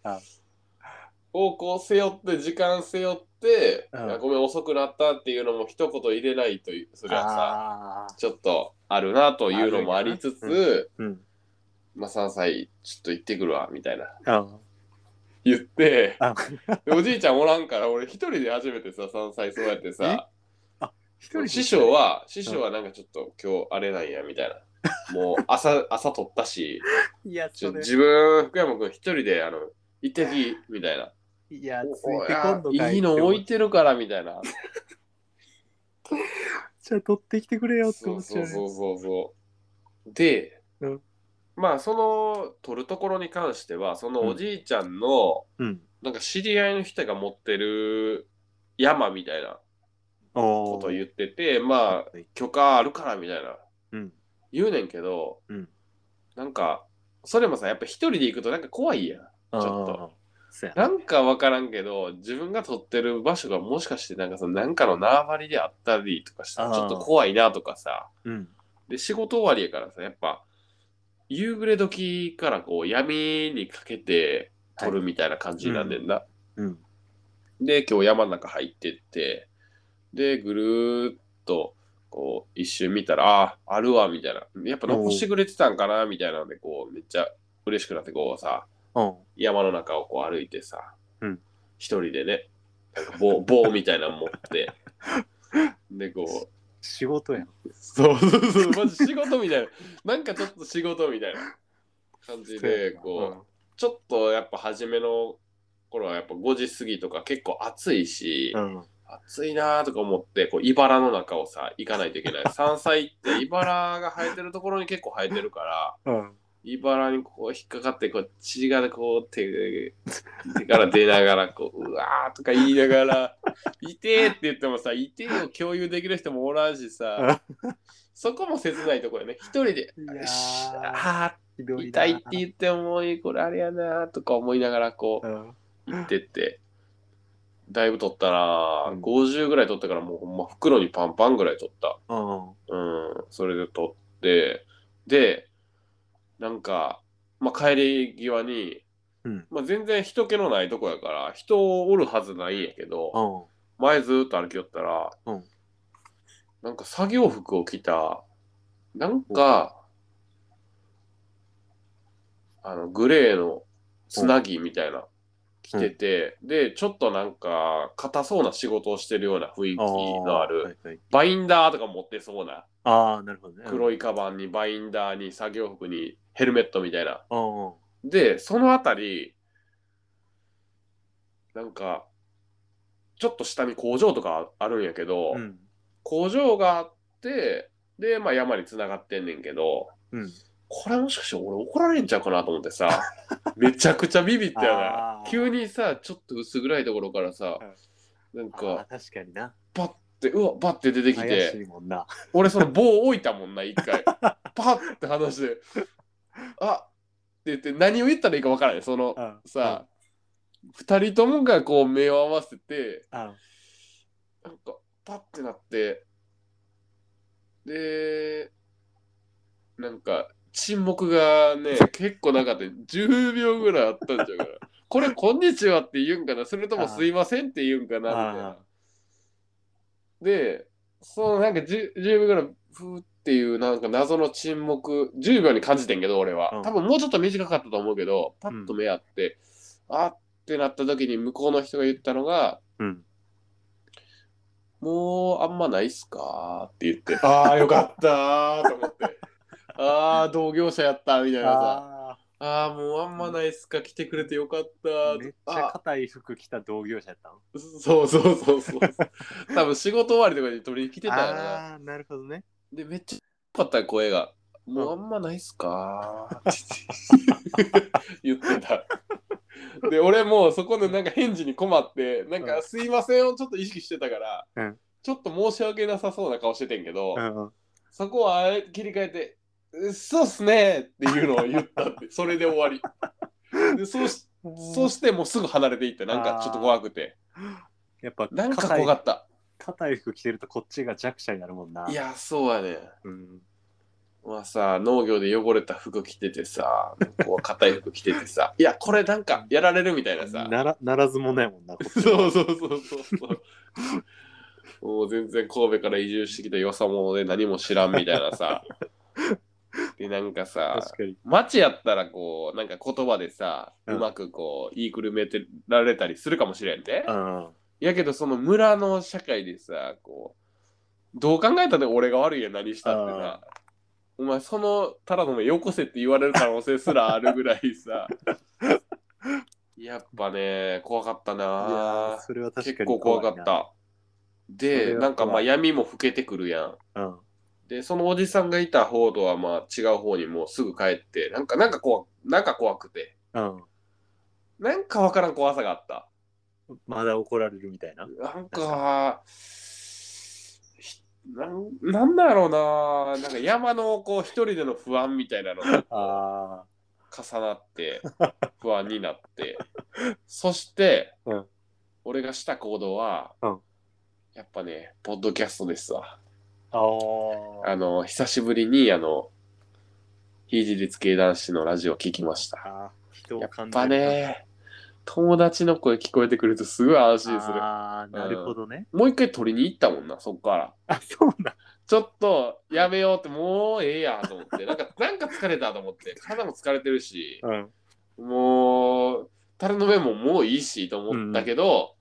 S1: をこう背負って、時間背負って、
S2: うん
S1: いやごめん、遅くなったっていうのも一言入れないという、それはさ、
S2: ああ。
S1: ちょっとあるなというのもありつ
S2: あ
S1: つ、
S2: うん。
S1: まあ3歳、ちょっと行ってくるわ、みたいな。
S2: あ
S1: 言って、
S2: あ。
S1: でおじいちゃんおらんから、俺一人で初めてさ、3歳そうやってさ、
S2: 一人で
S1: 師匠。は、師匠はなんかちょっと今日あれなんやみたいな。もう朝、朝取ったし、
S2: いや、
S1: ち
S2: そ
S1: ょ
S2: れ。
S1: 自分、福山君一人で、あの、一滴みたいな。
S2: いや、つ
S1: お
S2: いてこんの
S1: いや
S2: かい。
S1: いいの置いてるからみたいな。
S2: じゃあ取ってきてくれよって
S1: そ
S2: 思
S1: う
S2: っち
S1: そ
S2: ゃ
S1: う
S2: う
S1: そう
S2: ね。
S1: そうそう。で、
S2: うん
S1: まあその取るところに関しては、そのおじいちゃんの、
S2: うん。
S1: なんか知り合いの人が持ってる山みたいなこ
S2: おー
S1: とを言ってて、まあ許可あるからみたいな。
S2: うん。
S1: 言うねんけど、
S2: うん
S1: なんかそれもさやっぱ一人で行くとなんか怖いやん
S2: ちょ
S1: っと。
S2: そうや
S1: な
S2: な。
S1: んか分からんけど自分が撮ってる場所がもしかしてなんかそのなんかの縄張りであったりとかした
S2: あ
S1: ら
S2: ー
S1: ちょっと怖いなとかさ
S2: うん。
S1: で仕事終わりやからさやっぱ夕暮れ時からこう闇にかけて撮るみたいな感じになんねんな、
S2: うん。
S1: で今日山の中入ってってでぐるーっとこう一周見たらああるわみたいなやっぱ残してくれてたんかなみたいなのでこうめっちゃ嬉しくなってこうさ
S2: うん。
S1: 山の中をこう歩いてさ、
S2: うん
S1: 一人でねなんか棒棒みたいなの持って でこう
S2: 仕事やん。
S1: そうそうそうまず仕事みたいななんかちょっと仕事みたいな感じでこう、ちょっとやっぱ初めの頃はやっぱ5時過ぎとか結構暑いし、
S2: うん。
S1: 暑いなーとか思ってこう茨の中をさ行かないといけない山菜って茨が生えてるところに結構生えてるから
S2: うん。
S1: 茨にこう引っかかってこう血がこう手手から出ながらこううわーとか言いながら 「痛え」って言ってもさ「痛え」を共有できる人もおらんしさそこも切ないところよね一人で
S2: い
S1: 「
S2: や
S1: よし
S2: ー
S1: あ
S2: ひど
S1: ー
S2: い
S1: 痛いって言ってもこれあれやな」とか思いながらこう
S2: う。うん。
S1: 行ってって、だいぶ取ったな、
S2: うん
S1: 50ぐらい取ったからもうほんま袋にパンパンぐらい取った。
S2: うん。
S1: うん、それで取って、で、なんか、まあ、帰り際に、
S2: うん
S1: まあ、全然人気のないとこやから、人おるはずないんやけど、
S2: うん。
S1: 前ずーっと歩きよったら、
S2: うん
S1: なんか作業服を着た、なんか、あの、グレーのつなぎみたいな、着てて、で、ちょっとなんか、硬そうな仕事をしてるような雰囲気のあ
S2: は
S1: る、
S2: いはい
S1: バインダーとか持ってそうな、
S2: ああ、なるほどね。
S1: 黒
S2: い。
S1: いカバンにバインダーに作業服にヘルメットみたいな。
S2: うん。うん
S1: で、そのあたり、なんか、ちょっと下に工場とかあるんやけど、
S2: うん。
S1: 工場があって、で、まあ山に繋がってんねんけど、
S2: うん。
S1: これもしかして俺怒られんちゃうかなと思ってさ、 めちゃくちゃビビったよな。
S2: あー
S1: 急にさ、ちょっと薄暗いところからさ、なん
S2: ああ
S1: か、
S2: 確かにな。
S1: パッて、うわ、パッて出てき
S2: 怪
S1: て
S2: し、いもんな。
S1: 俺その棒置いたもんな、一回。 パッて話して、あって言って、何を言ったらいいか分からない。その、
S2: うん
S1: さ、二人ともがこう目を合わせて、
S2: うん。
S1: なんかパッてなって、で、なんか沈黙がね、結構なかった。10秒ぐらいあったんちゃう から。これ、こんにちはって言うんかなそれともすいませんって言うんかなみたいな
S2: あ。
S1: で、そのなんか 10, 10秒ぐらい、ふーっていうなんか謎の沈黙、10秒に感じてんけど、俺は。
S2: うん
S1: 多分もうちょっと短かったと思うけど、パッと目合って、あーってなった時に向こうの人が言ったのが、
S2: うん。
S1: もうあんまないっすかーって言って、 ああ、よかったーと思って、ああ、同業者やったみたいなさ、
S2: あ
S1: あああ、もうあんまないっすか、来てくれてよかった。
S2: めっちゃ硬い服着た同業者やったん
S1: あそうそうそう そう。多分仕事終わりとかに取り来てたよな。
S2: あー、なるほどね。
S1: で、めっちゃよかった声が。もうあんまないっすかって言って た。で、俺もうそこでなんか返事に困って、なんかすいませんをちょっと意識してたから、
S2: うん
S1: ちょっと申し訳なさそうな顔しててんけど、
S2: うん。
S1: そこはあれ切り替えて、うそうっすねーっていうのを言った って、それで終わり。でそうしそうしてもうすぐ離れていって、なんかちょっと怖くて。
S2: やっぱ
S1: なんか
S2: 硬
S1: 怖か
S2: い
S1: った。
S2: 硬い服着てるとこっちが弱者になるもんな。
S1: い、や、そうやね。
S2: うん、
S1: まあさ、農業で汚れた服着ててさ、向こうは硬い服着てて さ、いや、これなんかやられるみたいなさ。
S2: ならならずもないもんな。こっちは
S1: そうそうそうそうそう。もう全然神戸から移住してきたよさ者で何も知らんみたいなさ。で、なんかさ、
S2: 確かに。
S1: 街やったらこうなんか言葉でさ、
S2: う
S1: うんまくこう言いくるめてられたりするかもしれんで、
S2: うん。
S1: やけどその村の社会でさこうどう考えたら俺が悪いやん何したってなお前そのただの目よこせって言われる可能性すらあるぐらい さやっぱね怖かった
S2: いやー
S1: な
S2: それは確か
S1: 結
S2: に
S1: 構怖かった
S2: それ
S1: で
S2: は怖い
S1: なんかまあ闇も更けてくるやん
S2: た。うん。
S1: で、そのおじさんがいた方とはまあ違う方にもうすぐ帰って、なんか、なんか怖、なんか怖くて、
S2: うん。
S1: なんかわからん怖さがあった。
S2: まだ怒られるみたいな。
S1: なんか、ひなんなんだろうな、なんか山のこう一人での不安みたいなのが
S2: あ
S1: 重な って、不安になって、そして、
S2: うん
S1: 俺がした行動は、
S2: うん
S1: やっぱね、ポッドキャストですわ。
S2: あ。あ
S1: あの、久しぶりに、あの、非自立系男子のラジオ聞きました。
S2: あ。人
S1: や
S2: を
S1: っ
S2: 感じ
S1: ぱ
S2: る
S1: ね、友達の声聞こえてくるとすごい安心する。
S2: ああ、なるほどね。
S1: もう一回取りに行ったもんな、そっから。
S2: あ、そうなん。
S1: ちょっとやめようって、もうええやと思って、なん か、なんか疲れたと思って、肌も疲れてるし、
S2: うん。
S1: もう、樽の目ももういいしと思ったけど、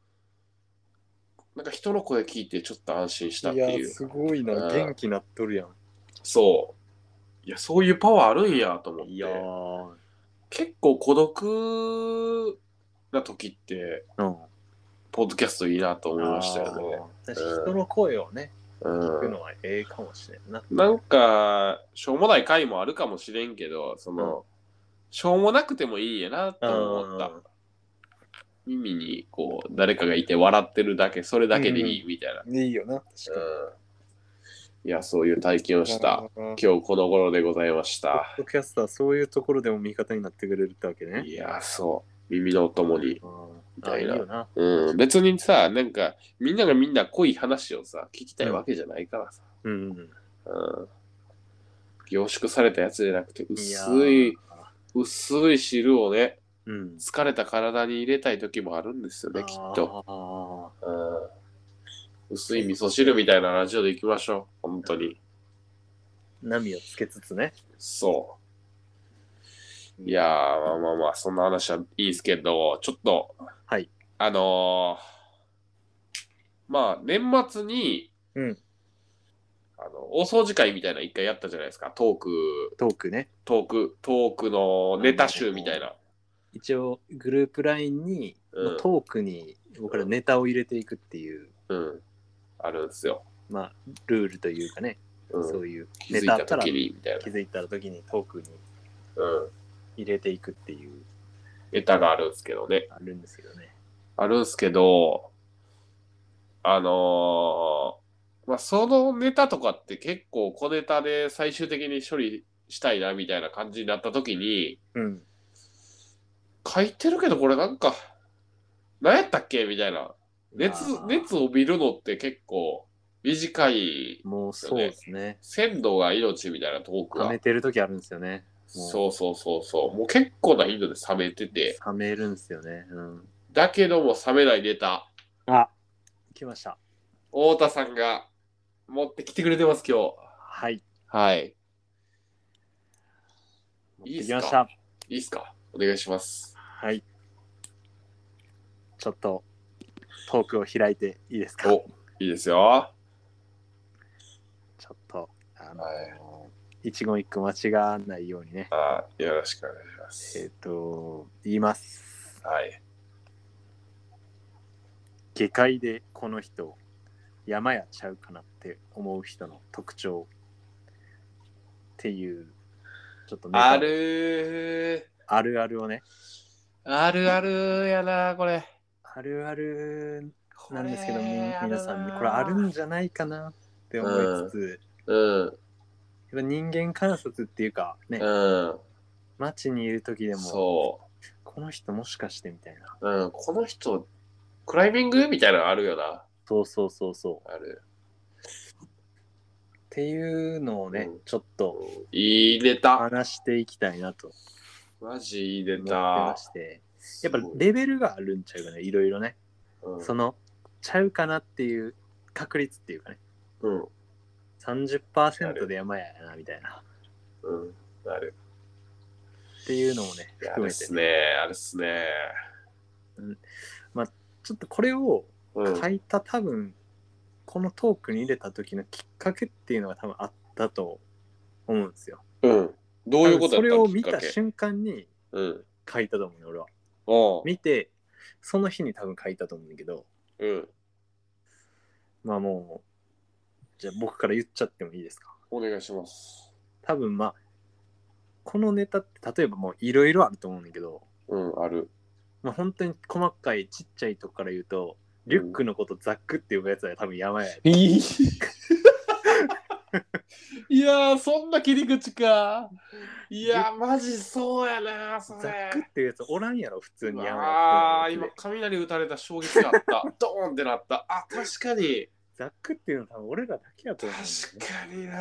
S1: なんか人の声聞いてちょっと安心したっ
S2: い
S1: て
S2: や
S1: い
S2: ー、
S1: う。
S2: すごいな。
S1: うん
S2: 元気なっとるやん。
S1: そう。いや、そういうパワーあるんやと思って。
S2: いやー。
S1: 結構孤独な時って、
S2: うん。
S1: ポッドキャストいいなと思いましたよね。
S2: あー。確かに人の声をね、聞
S1: う
S2: く
S1: ん、
S2: のはええかもしれんな。
S1: なんか、しょうもない回もあるかもしれんけど、その、しょうもなくてもいいんやなと思った
S2: うん。
S1: 耳に、こう、誰かがいて笑ってるだけ、それだけでいいみたいな。
S2: いいよな。
S1: う
S2: 確
S1: んいや、そういう体験をした。。今日この頃でございまし
S2: ポ
S1: た
S2: ッ。ドキャスターはそういうところでも味方になってくれるってわけね。
S1: いや、そう。耳のお供に。
S2: ああ、いいよな。
S1: うん、別にさ、なんか、みんながみんな濃い話をさ、聞きたいわけじゃないからさ、
S2: うん。
S1: うん、凝縮されたやつじゃなくて、
S2: いや
S1: 薄
S2: ー
S1: い、薄い汁をね、
S2: うん。
S1: 疲れた体に入れたい時もあるんですよね、きっと。
S2: と。
S1: うん、薄い味噌汁みたいなラジオでいきましょう、本当に。
S2: 波をつけつつね。
S1: そう。いやー、まあまあまあ、そんな話はいいですけど、ちょっと、
S2: はい。
S1: あのー、まあ、年末に、
S2: うん
S1: あの、大掃除会みたいなの一回やったじゃないですか、トーク、
S2: トークね。
S1: トーク、トークのネタ集みたいな。
S2: 一応、グループラインに、
S1: うん
S2: トークに僕らネタを入れていくっていう、
S1: うん。あるんですよ。
S2: まあ、ルールというかね、
S1: うん
S2: そういう
S1: 気
S2: ネ
S1: づい
S2: タあ
S1: た
S2: ったら
S1: 時
S2: 気
S1: に、みたいな。
S2: づいたら時にトークに
S1: うん。
S2: 入れていくっていう、
S1: ネタがあるんですけどね。
S2: あるんですけどね。
S1: あるんですけど、あのーまあ、そのネタとかって結構小ネタで最終的に処理したいなみたいな感じになった時に、
S2: うん。
S1: 書いてるけどこれなんか、何やったっけみたいな。熱
S2: あ、ー
S1: 熱を帯びるのって結構短い、
S2: もうそうですね。
S1: 鮮度が命みたいなトーク
S2: 冷
S1: が
S2: め。てる時あるんですよね。もう
S1: そうそうそうそう。もう結構な頻度で冷めてて。
S2: 冷めるんですよね。うん。
S1: だけども冷めないネタ。
S2: あ、来ました。
S1: 太田さんが持ってきてくれてます、今日。
S2: はい。
S1: はい。
S2: 持っ
S1: いい
S2: て
S1: っす
S2: き
S1: か
S2: ました。
S1: いいですかお願いします。
S2: はい。ちょっと、トークを開いていいですか
S1: お、いいですよ。
S2: ちょっと、あのー
S1: は
S2: 一言一句間違わないようにね。
S1: あーよろしくお願いします。
S2: えっ、と、言います。
S1: はい。
S2: 下界でこの人を山やちゃうかなって思う人の特徴っていう、ちょっとネタ
S1: ある
S2: あるあるをね、
S1: ー、あるあるやな、これ。
S2: あるあるなんですけど、
S1: こ
S2: み
S1: れあるな
S2: 皆さんね、これあるんじゃないかなって思いつつ、
S1: うん、
S2: やっぱ人間観察っていうか、ね、
S1: うん、
S2: 街にいる時でも、
S1: そ
S2: この人もしかしてみたいな。
S1: う。うん、この人、クライミングみたいなのあるよな。
S2: そうそうそうそう。
S1: ある。
S2: っていうのをね、
S1: うん
S2: ちょっと
S1: いいネタ。
S2: 話していきたいなと
S1: マジいいネ
S2: 思ってま
S1: タ。
S2: して、やっぱレベルがあるんちゃうかね、いろいろね。
S1: うん
S2: その、ちゃうかなっていう確率っていうかね、
S1: うん、
S2: 30%で山やな、みたいな。
S1: うん、ある。
S2: っていうのもね、
S1: あ
S2: 含
S1: る
S2: め
S1: ってす、ね、あるっすね。
S2: ちょっとこれを
S1: うん、
S2: 書いた多分このトークに入れた時のきっかけっていうのが多分あったと思うんですよ。
S1: うん。どういうこと
S2: 多分それ
S1: やっ
S2: を
S1: たのきっ
S2: 見
S1: か
S2: た
S1: け
S2: 瞬間に
S1: うん。
S2: 書いたと思うね俺は。
S1: おう
S2: 見てその日に多分書いたと思うんだけど
S1: うん。
S2: まあもうじゃあ僕から言っちゃってもいいですか
S1: お願いします。
S2: 多分まあこのネタって例えばもういろいろあると思うんだけど、
S1: うん、ある。
S2: まあ、本当に細かいちっちゃいとこから言うとリュックのことザックって呼ぶやつは多分やばい。
S1: いやー、そんな切り口か。いやー、マジそうやな、そ
S2: ザック
S1: れ
S2: っていうやつおらんやろ普通にやばい。
S1: ああ、今、雷打たれた衝撃があった。 ドーンってなった。あ、確かに。
S2: ザックっていうのは多分俺らだけやと思うんだよね
S1: 確かにな。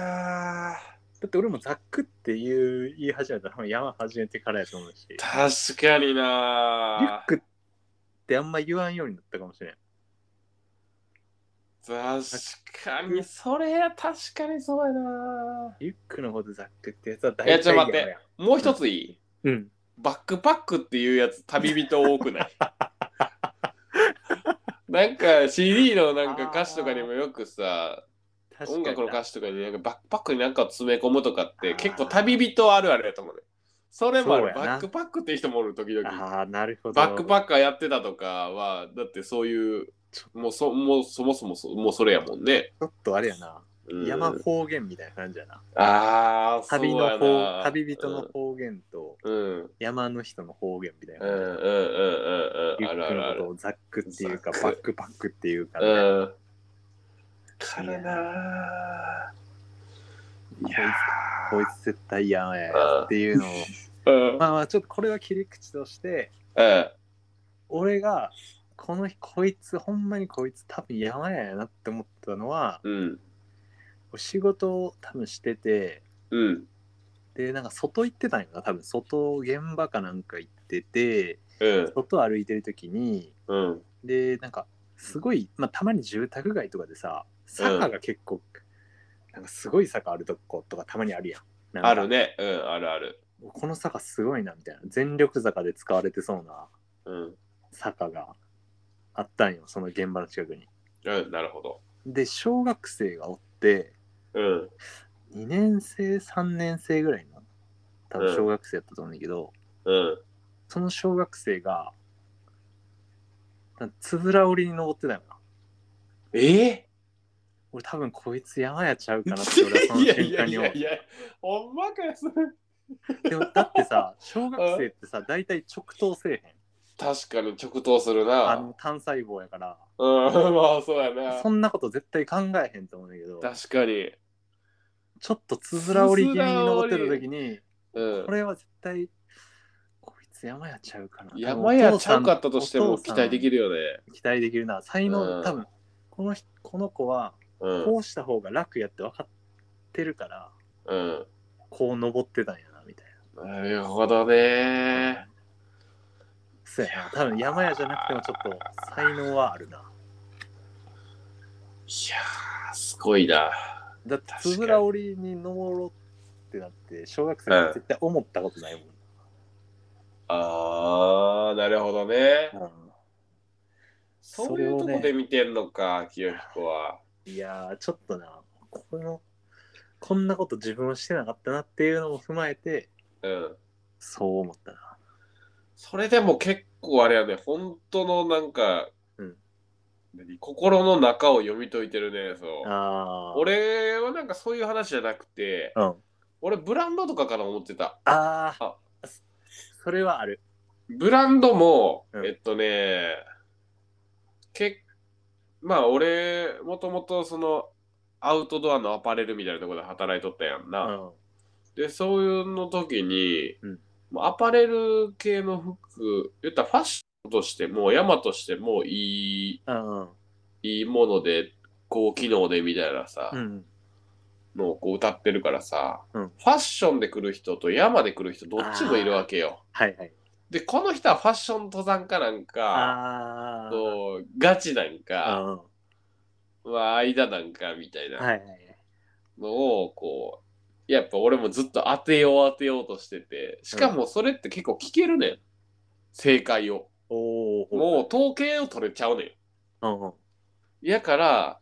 S2: だって俺もザックっていう言い始めたら多分山始めてからやと思うし。リ
S1: 確かに
S2: ュッ
S1: な。
S2: クってあんま言わんようになったかもしれん。
S1: 確かに、それ、確かにそうやな。
S2: リュックのことザックってやつは大
S1: いやちょっと
S2: や
S1: 待ってもう一ついい
S2: うん。
S1: バックパックっていうやつ旅人多 くないなんか CD のなんか歌詞とかにもよくさ
S2: 確かに
S1: 音
S2: な。
S1: 楽の歌詞とかになんかバックパックになんかを詰め込むとかって結構旅人あるあるやと思うねそれもある
S2: そうやな
S1: バックパックっていう人もおる時々
S2: ああ、なるほど。
S1: バックパッカーやってたとかはだってそういうもうそもうそもそもそもうそれやもんね、
S2: ちょっとあれやな。
S1: うん
S2: 山方言みたいな感じやな。
S1: ああ
S2: 旅の
S1: そうや
S2: 方
S1: な
S2: 旅人の方言と
S1: うん
S2: 山の人の方言みたい
S1: うんう
S2: な。
S1: んうんうんうんうん
S2: リュ
S1: ある
S2: ッ
S1: あ
S2: ク
S1: るあ
S2: の
S1: る
S2: ことをザックっていうか
S1: ザッ
S2: バ
S1: ク
S2: ックパックっていうかね。
S1: うん。からなぁ。いや
S2: こいつ絶対やめっていうのを、
S1: うん。
S2: まあまあちょっとこれは切り口として、
S1: うん。
S2: 俺がこの日こいつ、ほんまにこいつ多分やばいやなって思ったのは、
S1: うん。
S2: 仕事を多分してて、
S1: うん。
S2: で、なんか外行ってたんやな、多分外、現場かなんか行ってて、
S1: うん。
S2: 外歩いてる時に、
S1: うん。
S2: で、なんかすごい、まあたまに住宅街とかでさ、坂が結構、なんかすごい坂あるとことかたまにあるやん。なんか
S1: あるね。うん。あるある。
S2: この坂すごいなみたいな全力坂で使われてそうな
S1: うん。
S2: 坂があったんよその現場の近くに
S1: うん。なるほど。
S2: で小学生がおって
S1: うん。
S2: 2年生3年生ぐらいの多分小学生だったと思うんだけど、
S1: うん。
S2: その小学生がなんかつづら折りに登ってたよな
S1: え
S2: 俺多分こいつ山やちゃうかなって俺はその
S1: いやい
S2: 瞬
S1: や
S2: 間
S1: い
S2: に思
S1: やいうや、ほんまかよ、それ。
S2: でもだってさ小学生ってさ大体直頭せえへん
S1: 確かに直投する
S2: あ
S1: な
S2: の。単細胞やから
S1: うん。まあ、そうやな。
S2: そんなこと絶対考えへんと思うんだけど
S1: 確かに。
S2: ちょっとつづら折り気味に登ってた時に、
S1: うん
S2: こ。れは絶対、こいつ山やちゃうかな。
S1: 山やちゃうかったとしても
S2: お父
S1: 期
S2: さん
S1: 待できるよね。
S2: 期待できるな。才能、
S1: うん
S2: 多分この人、この子は、
S1: うん
S2: こ。うした方が楽やって分かってるから、
S1: うん。
S2: こう登ってたんやな、みたいな。
S1: なるほどね。
S2: そうやな。多分山やじゃなくても、ちょっと才能はあるな。
S1: いやー、すごいな。
S2: だっ
S1: 確
S2: て、
S1: か
S2: つ
S1: に
S2: づら折りに登ろうってなって、小学生は絶対思ったことないもん。
S1: ああ、なるほどね。
S2: うん
S1: そういうとこで見てんのか、清彦は。
S2: いやー、ちょっとな、この、こんなこと自分はしてなかったなっていうのも踏まえて
S1: うん。
S2: そう思ったな
S1: それでも結構あれやね、本当のなんか、
S2: うん
S1: 何心の中を読み解いてるね、そう。
S2: あー
S1: 俺はなんかそういう話じゃなくて、
S2: うん
S1: 俺ブランドとかから思ってた。
S2: あー
S1: あ
S2: そそれはある
S1: ブランドも、
S2: うん
S1: えっとね、けまあ俺、もともとそのアウトドアのアパレルみたいなところで働いとったやん
S2: う
S1: な。
S2: ん
S1: で、そういうの時に、
S2: うん
S1: もうアパレル系の服、言ったらファッションとしても、山としてもい
S2: うん
S1: い、いいもので、高機能でみたいなさ、
S2: うん
S1: のをこう歌ってるからさ、
S2: うん
S1: ファッションで来る人と山で来る人、どっちもいるわけよ。
S2: はいはい
S1: で、この人はファッション登山家なんか、
S2: あー
S1: そうガチなんか、
S2: うん
S1: まあ、間なんかみたい
S2: はいは
S1: ない
S2: はい
S1: のをこうやっぱ俺もずっと当てよう当てようとしててしかもそれって結構聞けるねん正解を
S2: おー
S1: もう統計を取れちゃうねん
S2: うんうん
S1: やから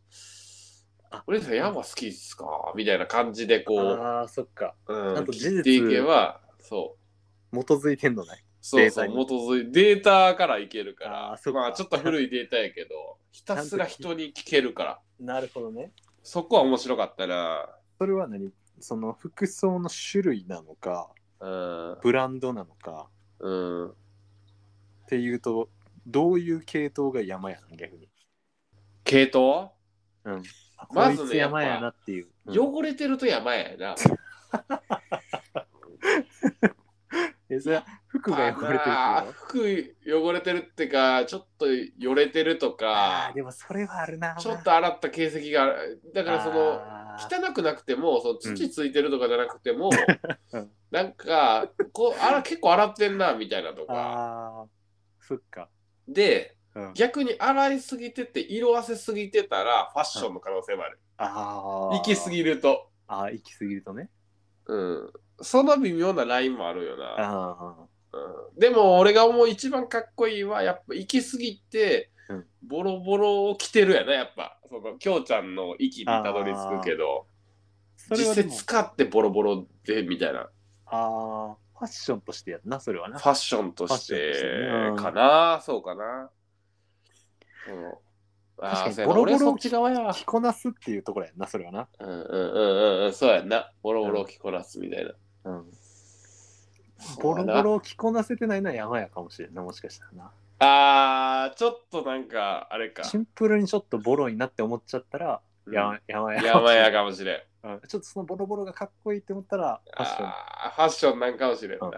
S2: あ
S1: 俺さん山好きっすかみたいな感じでこ
S2: ああそっか
S1: う、うん、
S2: あと事実
S1: 切っていけばそう
S2: 基づいてんのない
S1: そうそう
S2: データに
S1: 基づいデータからいけるか
S2: あー
S1: ら
S2: そっか
S1: まあちょっと古いデータやけどひたすら人に聞けるから
S2: なるほどね
S1: そこは面白かったな
S2: それは何その服装の種類なのか
S1: うん
S2: ブランドなのか
S1: うん
S2: っていうとどういう系統が山やの逆に、
S1: 系統、
S2: あ
S1: まずね
S2: こいつ山やなっていう、うん
S1: 汚れてると山やな。
S2: えそれは服が汚れてるってこと
S1: あー服汚れてるってか、ちょっとよれてると
S2: あ
S1: か
S2: ー、でもそれはあるな
S1: ちょっと洗った形跡がある。だからその、
S2: あー
S1: 汚くなくても、その土ついてるとかじゃなくても、
S2: うん
S1: なんか、こうあら結構洗ってんな、みたいなとか。
S2: あーそっか、
S1: で、
S2: うん、
S1: 逆に洗いすぎてて、色あせすぎてたら、ファッションの可能性もある。
S2: ああ
S1: 行き過ぎると。
S2: あー行き過ぎるとね
S1: うん。その微妙なラインもあるよな。
S2: あ
S1: うんでも俺が思う一番かっこいいはやっぱ行き過ぎて
S2: うん
S1: ボロボロを着てるやなやっぱそのきょうちゃんの息にたどり着くけど
S2: ーそれ
S1: 実
S2: はで
S1: 際
S2: も
S1: 使ってボロボロでみたいな
S2: あーファッションとしてやんなそれはな
S1: ファッションとし
S2: ファッションとしてねう
S1: て
S2: ん
S1: かな、そうかな、うん、あ
S2: 確
S1: ーそう
S2: かに
S1: や
S2: ボ
S1: な
S2: ロボ
S1: 俺そ
S2: ロ
S1: っち側やわ
S2: 着こなすっていうところやんなそれはな、
S1: うんうんうんうんうんそうやなボロボロ着こなすみたいな、
S2: うん、
S1: そ
S2: ボ
S1: うや
S2: ロ
S1: な
S2: ボロ着こなせてないのは山やかもしれんなもしかしたらな
S1: あーちょっとなんかあれか
S2: シンプルにちょっとボロいなって思っちゃったら、
S1: うん
S2: や山や
S1: やばいやかもしれん
S2: うんちょっとそのボロボロがかっこいいって思ったらファッション
S1: あーファッションなんかもしれんな。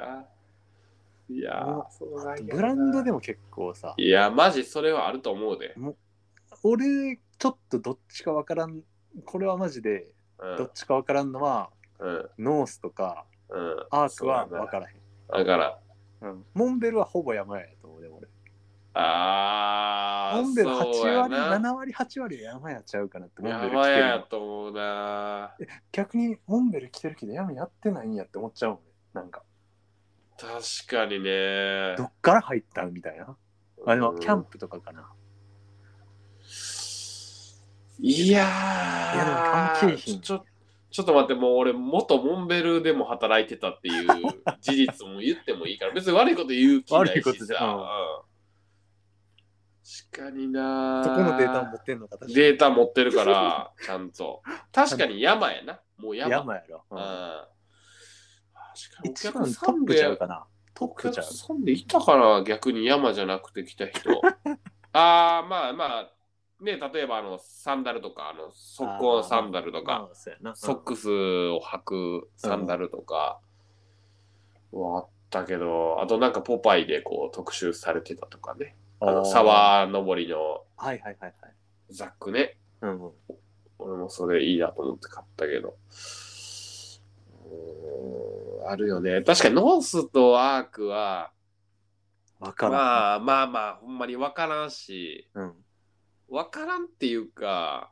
S1: いやー
S2: うん
S1: そうなんやな
S2: ブランドでも結構さ
S1: いや、マジそれはあると思うで。
S2: 俺ちょっとどっちかわからんこれはマジで
S1: うん。
S2: どっちかわからんのは、
S1: うん。
S2: ノースとか
S1: うん。
S2: アークは
S1: そうやな
S2: わからへ
S1: だ
S2: ん
S1: から、
S2: う、ん、モンベルはほぼ山やと思うで俺
S1: あー、
S2: モンベル8
S1: そうや
S2: 割
S1: な。
S2: 7割8割は山やちゃうかなってモンベル着
S1: 山
S2: てる
S1: や
S2: の
S1: と思うな。
S2: 逆にモンベル着てるけど山やってないんやって思っちゃうもんねなんか
S1: 確かにね。
S2: どっから入ったんみたいなあでもキャンプとかかな、
S1: いやー
S2: いやでも関係品
S1: ちょちょっと待って、もう俺、元モンベルでも働いてたって いう事実も言ってもいいから、別に悪いこと言う気ないしさ。
S2: 悪いことじゃん
S1: うん確かにな
S2: そこのデータを持ってんのか確かに
S1: データ持ってる から、ちゃんと。確かに山やな。もう山。
S2: 山やろ、
S1: うん。確かにお
S2: 一
S1: 客
S2: 番
S1: さ
S2: ト
S1: ん
S2: ップちゃ
S1: で
S2: う、かなト
S1: お
S2: ップちゃ
S1: 客
S2: う
S1: さんでいたから逆に山じゃなくて来た 人。ああ、まあまあ、ね、例えばあの、サンダルとか、あの、速攻サンダルとか、
S2: まあそうやな
S1: ソックスを履くサンダルとか、はあったけど、あとなんかポパイでこう特集されてたとかね。あの、沢登りの
S2: あーはいはいはいはい
S1: ザックね。
S2: うんうん
S1: 俺もそれいいなと思って買ったけど。うーんあるよね。確かにノースとアークは、
S2: わからん、
S1: まあまあまあ、ほんまに分からんし、
S2: うん、
S1: 分からんっていうか、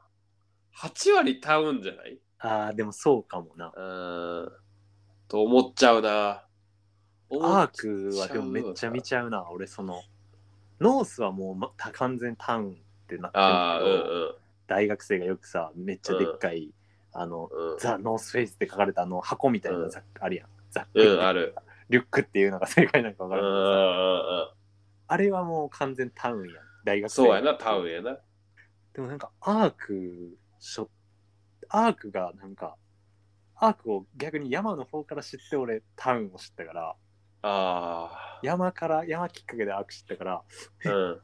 S1: 8割タウンじゃない
S2: ああでもそうかもな
S1: うーん。と思っちゃうな。
S2: アークはでもめっちゃ見ちゃうな俺そのノースはもう、ま、た完全タウンってなってるけど
S1: ああー、うんうん。
S2: 大学生がよくさめっちゃでっかいあの、
S1: うん
S2: ザ・ノースフェイスって書かれたあの箱みたいなザックあるやん。ザックって
S1: うん、ある。
S2: リュックっていうのが正解なんかわ
S1: う
S2: か
S1: んう
S2: ら
S1: ん
S2: な
S1: うんう
S2: いけどさ
S1: ん。
S2: あれはもう完全タウンやん。大学生
S1: そうやな、タウンやな。
S2: でもなんかアークしょアークがなんかアークを逆に山の方から知って俺タウンを知ったから
S1: あ
S2: 山から山きっかけでアーク知ったから
S1: あ。うん。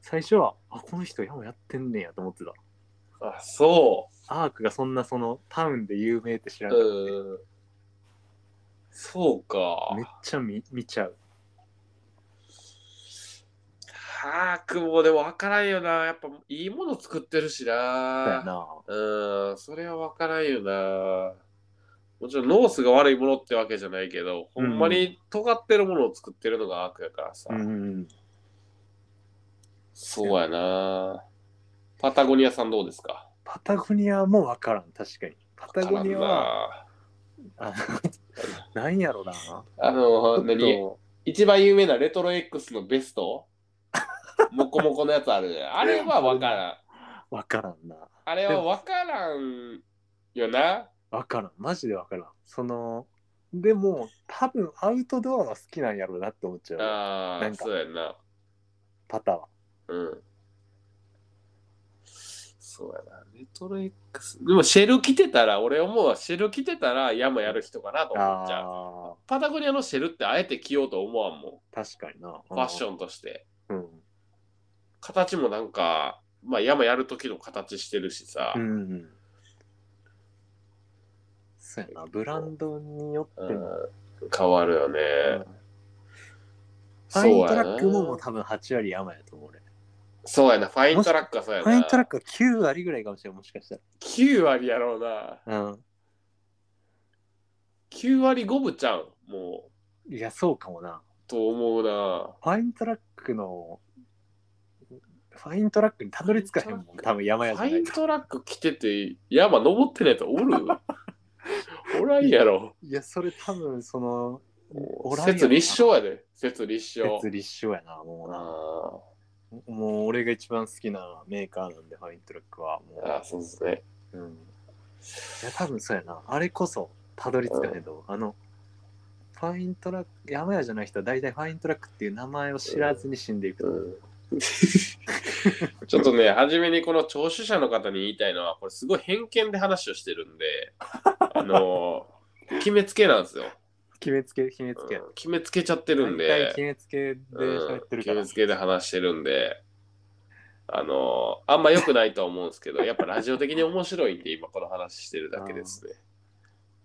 S2: 最初はあこの人山やってんねんやと思ってた
S1: あ、そ
S2: アークがそんなそのタウンで有名って知ら
S1: う。
S2: なかっ
S1: うん。そうか。
S2: ためっちゃ見見ちゃう
S1: はあ、くもでも分からんよな。やっぱいいもの作ってるし
S2: だよ
S1: な。
S2: な
S1: うん、それは分からんよな。もちろんノースが悪いものってわけじゃないけど、ほんまに尖ってるものを作ってるのが悪やからさ。
S2: うん
S1: そうやな。パタゴニアさんどうですか
S2: パタゴニアもわからん確かにパタゴニアはあの なんやろな
S1: あの、
S2: ち
S1: 何
S2: ょ
S1: 一番有名なレトロ X のベスト モコモコのやつあるね。あれは分からん。
S2: っとわからんな
S1: あれは分からんよな。
S2: わからんマジでわからんそのでも多分アウトドアは好きなんやろうなって思っちゃう
S1: あ
S2: な
S1: あ、
S2: んか
S1: そうやんな。
S2: パターは
S1: うん。そうやな。レトロ X。でもシェル着てたら、俺思うわ。シェル着てたら山やる人かなと思っちゃう。
S2: あ
S1: パタゴニアのシェルってあえて着ようと思わんも
S2: ー確かにな
S1: ん。フ
S2: フ
S1: ァッシ
S2: ン
S1: ョンとして。
S2: うん、
S1: 形もなんか、まあ山やる時の形してるしさ。
S2: うんうん、そうやなブランドによっても、
S1: うん変わるよね。
S2: うんフ
S1: そ
S2: ァイン
S1: う
S2: ト
S1: や
S2: ラッ
S1: な。
S2: クももう多分8割山やと思う俺
S1: そうやな。ファイントラックはそうや
S2: フ
S1: な。
S2: ァイントラックは9割ぐらいかもしれないもしかした
S1: 9割やろうな。
S2: らうん
S1: 9割5分ちゃうん。もう。
S2: いやそうかもな
S1: と思うな。
S2: ファイントラックのファイントラックにたどり着かへんもん多分山やじ
S1: フ
S2: ゃな
S1: ァイ
S2: い
S1: ン
S2: と
S1: トラック着てて山登ってないとお るおらんやろ。
S2: いや、それ多分その、おらんやろな
S1: 説立証やで。説立証。
S2: 設立証やな、もうな。
S1: あ
S2: もう俺が一番好きなメーカーなんで、ファイントラックは。も
S1: ーあー、そうですね。
S2: う、うん。いや、多分そうやな。あれこそ、たどり着かへんと、あの、ファイントラック、山屋じゃない人は大体ファイントラックっていう名前を知らずに死んでいくと。
S1: うん ちょっとね、初めにこの聴取者の方に言いたいのは、これすごい偏見で話をしてるんで、あのー決めつけなんですよ、
S2: 決めつけ、 決め
S1: う
S2: つ
S1: ん
S2: け。
S1: 決めつけちゃってるん
S2: 大体決
S1: で、
S2: めつけで
S1: うん
S2: 喋ってる
S1: 決
S2: から。
S1: めつけで話してるんで、あのーあんま良くないとは思うんです けど、やっぱラジオ的に面白いんで、今この話してるだけですね。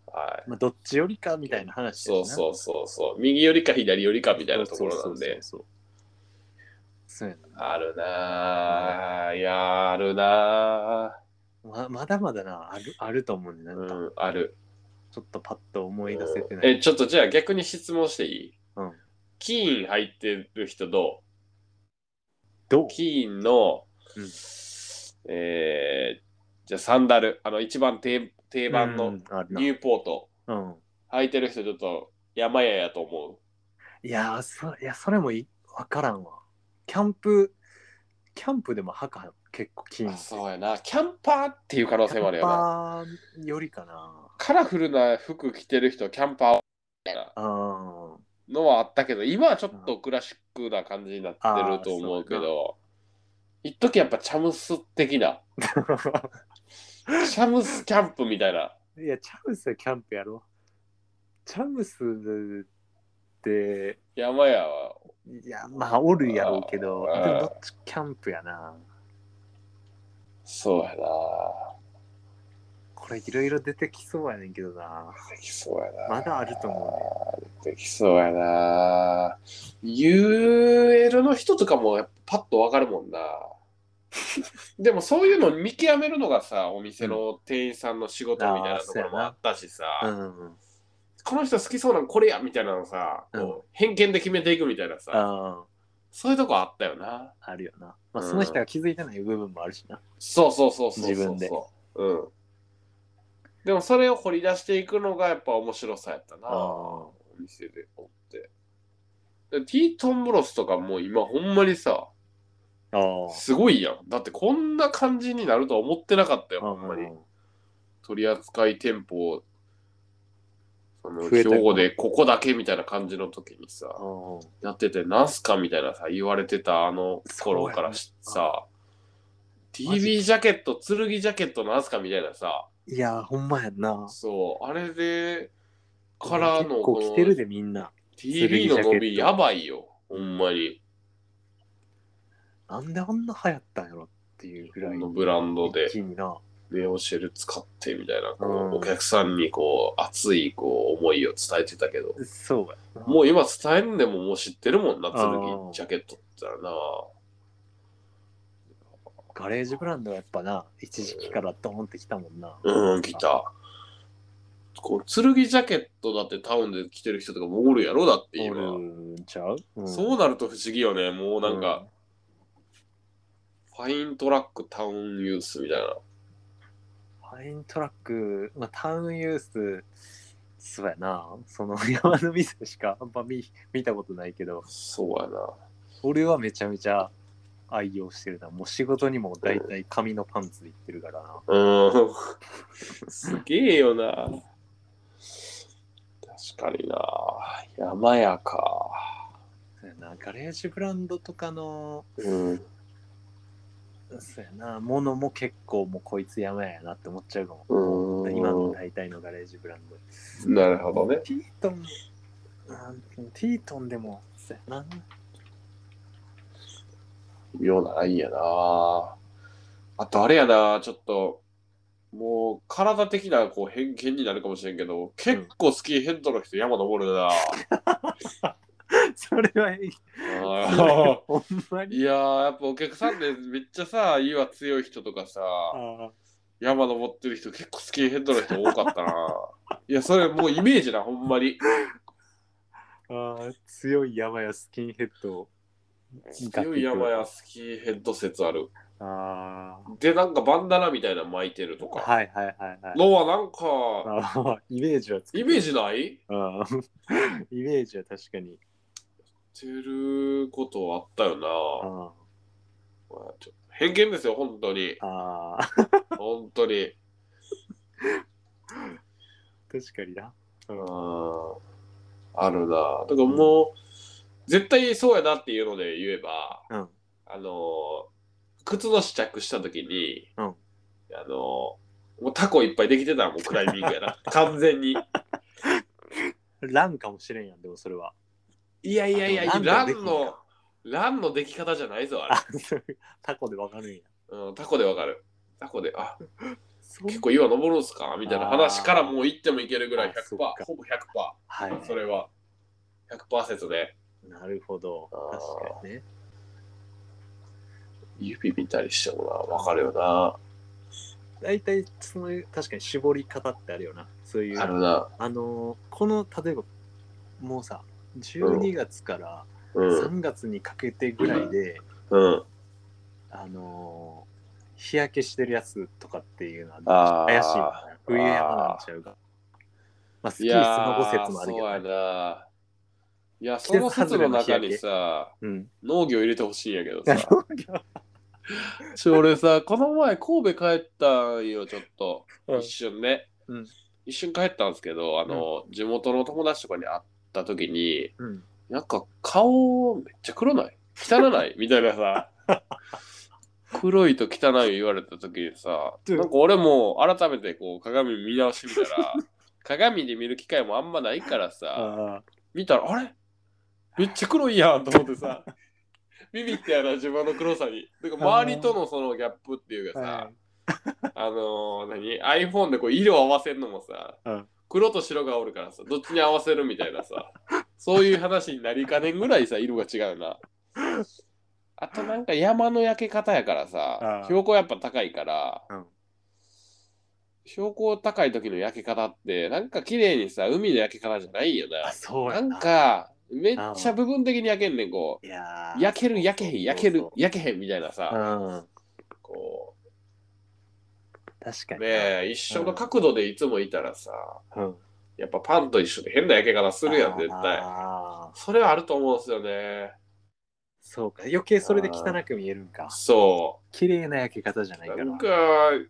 S1: はい。
S2: まあ、どっちよりかみたいな話
S1: そう
S2: う。
S1: そうそうそう。右よりか左よりかみたいなところ
S2: そ
S1: な
S2: うんそうそう
S1: で。
S2: そう。そうやな。
S1: あるなぁ。いやーあるなぁ。
S2: ままだまだな、あるあると思うんで、なんか、
S1: うん、ある。
S2: ちょっとパッと思い出せてない。
S1: え、ちょっとじゃあ逆に質問していい
S2: うん
S1: キーン入ってる人ど
S2: どう
S1: うキーンの、
S2: うん
S1: えーじゃあサンダル、あの一番定定番
S2: う
S1: の
S2: んあるな
S1: ニューポート、
S2: うん、
S1: 履いてる人ちょっと山屋やと思
S2: いやーそいやそれもい分からんわキャンプキャンプでもはかは結構
S1: う。
S2: 金
S1: あそうやな。キャンパーっていう可能性もあるよな。
S2: パーよりかな
S1: カラフルな服着てる人、キャンパーみたいな
S2: あ
S1: のはあったけど、今はちょっとクラシックな感じになってると思うけ
S2: あーそう
S1: ど、一時やっぱチャムス的な。
S2: ー
S1: シャムスキャンプみたいな。
S2: いやチャムスはキャンプやろチャムスって
S1: 山屋は。
S2: いやまあおるやろうけど
S1: あー
S2: でもどっちキャンプやな
S1: そうやな。
S2: これいろいろ出てきそうやねんけどな
S1: できそうやな。
S2: まだあると思
S1: できそうやな。UL の人とかもやっぱパッとわかるも んな。でもそういうの見極めるのがさ、お店の店員さんの仕事みたいなところもあったしさ、
S2: うねうん
S1: この人好きそうなのこれやみたいなのさ、
S2: うん
S1: こう偏見で決めていくみたいなさ、
S2: あー
S1: そういうとこあったよな。
S2: あるよな、まあ、
S1: うん
S2: その人が気づいてない部分もあるしな
S1: そうそうそうそうそうそう。
S2: 自分で
S1: うん。でもそれを掘り出していくのがやっぱ面白さやったな。
S2: あ
S1: お店でおって。でティートンブロスとかもう今ほんまにさ、
S2: あー
S1: すごいやん。だってこんな感じになるとは思ってなかったよ、ほんまに。取扱店舗を、その、
S2: 増えてる
S1: 兵庫でここだけみたいな感じの時にさ、
S2: うん
S1: やってて、なんすかみたいなさ、言われてたあの頃からし
S2: そうや
S1: さ、TV ジャケット、剣ジャケットなんすかみたいなさ、
S2: いやーほんまやんな
S1: そう、あれで、からの
S2: 結構来てるでみんな
S1: この TV の伸びやばいよ、ほんまに。
S2: なんであんな流行ったんやろっていうぐ
S1: こ
S2: らい
S1: のブランドで
S2: 一。気にな
S1: レオシェル使ってみたいな、こ
S2: うん
S1: うお客さんにこう熱いこう思いを伝えてたけど、
S2: そうやな
S1: もう今伝えんでももう知ってるもんな、
S2: う
S1: 剣
S2: ん
S1: ジャケットってのは
S2: ガレージブランドはやっぱな一時期からドーンってきたもんな
S1: な。うん、来た。こう剣ジャケットだってタウンで着てる人とかもおるやろだって
S2: おる
S1: 今。
S2: んちゃう、うん
S1: そうなると不思議よね、もうなんか、ファイントラックタウンユースみたいな。
S2: ファイントラック、まあ、タウンユース、そうやな、その 山の水しかあんま見見たことないけど、
S1: そうやな。
S2: 俺はめちゃめちゃ愛用してるな。もう仕事にも大体紙のパンツで行ってるからな。
S1: うん。すげえよな。確かにな。山やか。
S2: そうやな、ガレージブランドとかの、
S1: うん。
S2: そうやな、ものも結構もうこいつ山やなって思っちゃうかも。
S1: う
S2: 今の大体のガレージブランド。
S1: なるほどね。
S2: ティートン、なんティートンでも、そうやな。
S1: 妙なラインやな。あとあれやな、ちょっと、もう体的なこう偏見になるかもしれんけど、結構スキーヘッドの人山登る な。
S2: それは、
S1: あ
S2: ほんま
S1: ー
S2: に。
S1: いやー、やっぱお客さんでめっちゃさ、家は強い人とかさ、
S2: あ
S1: 山登ってる人結構スキンヘッドの人多かったな いやそれもうイメージなほんまに
S2: あー強い山やスキンヘッドを
S1: 強い山やスキンヘッド説ある
S2: あ
S1: でなんかバンダナみたいなの巻いてると
S2: あ
S1: か
S2: はいはいはいはい
S1: のはなんか
S2: あーイメージはつく
S1: イメージない
S2: あー イメージは確かに
S1: てることあったよな
S2: あ
S1: まあちょ偏見ですよ本当に
S2: ーあー
S1: 本当に
S2: 確かにな
S1: うんあるなだからもう絶対そうやなっていうので言えば
S2: うん
S1: あのー靴の試着した時に、
S2: うん
S1: あのーもうタコいっぱいできてたらもうクライミングや な完全に
S2: ランかもしれんやんでもそれはい
S1: やいやいや
S2: あでもラ
S1: ラ
S2: ンで
S1: ン
S2: もできんの
S1: の
S2: か
S1: ランのでき方じゃないぞあれ
S2: あそうタコでわかるんや
S1: うん、タコでわかるタコであ
S2: そう
S1: 結構岩登るんすかみたいな話からもう行ってもいけるぐらい
S2: あーそ
S1: 100%
S2: っか
S1: ほぼ100%
S2: はい
S1: それは100%で
S2: なるほど
S1: あー
S2: 確かにね
S1: 指見たりしてもなわかるよな
S2: 大体その確かに絞り方ってあるよなそういう
S1: あるな
S2: あのーこの例えばもうさ12月から
S1: うん
S2: 3月にかけてぐらいで、
S1: うん
S2: あのー日焼けしてるやつとかっていうのは
S1: あー
S2: 怪しいな冬山なんちゃうがまあスキースノボ説もあるけ
S1: いやーそうや
S2: ど
S1: ないや
S2: 季
S1: その
S2: 節外
S1: 説
S2: れ
S1: の
S2: の日
S1: 中
S2: 焼け
S1: にさ
S2: うん
S1: 農業入れてほしいんやけどさ ちょ俺さこの前神戸帰ったんよちょっと、
S2: うん
S1: 一瞬ね、
S2: うん
S1: 一瞬帰ったんですけどあの、地元の友達とかに会った時に
S2: うん
S1: なんか顔めっちゃ黒ない汚 ないみたいなさ黒いと汚い言われた時にさなんか俺も改めてこう鏡見直してみた ら鏡で見る機会もあんまないからさ
S2: あ
S1: 見たらあれめっちゃ黒いやんと思って さビビってやな自分の黒さにてか周りとのそのギャップっていうかさ、
S2: あ
S1: あのー、何 iPhone でこう色を合わせるのもさ、
S2: うん
S1: 黒と白がおるからさどっちに合わせるみたいなさそういう話になりかねんぐらいさ色が違うなあとなんか山の焼け方やからさ
S2: あー
S1: 標高やっぱ高いから、
S2: うん
S1: 標高高い時の焼け方ってなんか綺麗にさ海の焼け方じゃないよな
S2: そう
S1: な
S2: や
S1: ん
S2: な
S1: かめっちゃ部分的に焼けんねんこ
S2: いや
S1: う
S2: ー
S1: 焼ける焼けへん焼ける
S2: そうそう
S1: 焼けへんみたいな
S2: そう
S1: さ
S2: うん
S1: こう
S2: 確かにな
S1: ねえ、一緒の角度でいつもいたらさ、
S2: うん
S1: やっぱパンと一緒で変な焼け方するやん、絶対。
S2: あー
S1: それはあると思うんですよね。
S2: そうか余計それで汚く見えるんか
S1: そ。
S2: 綺麗な焼け方じゃないうか
S1: な
S2: ら
S1: んか、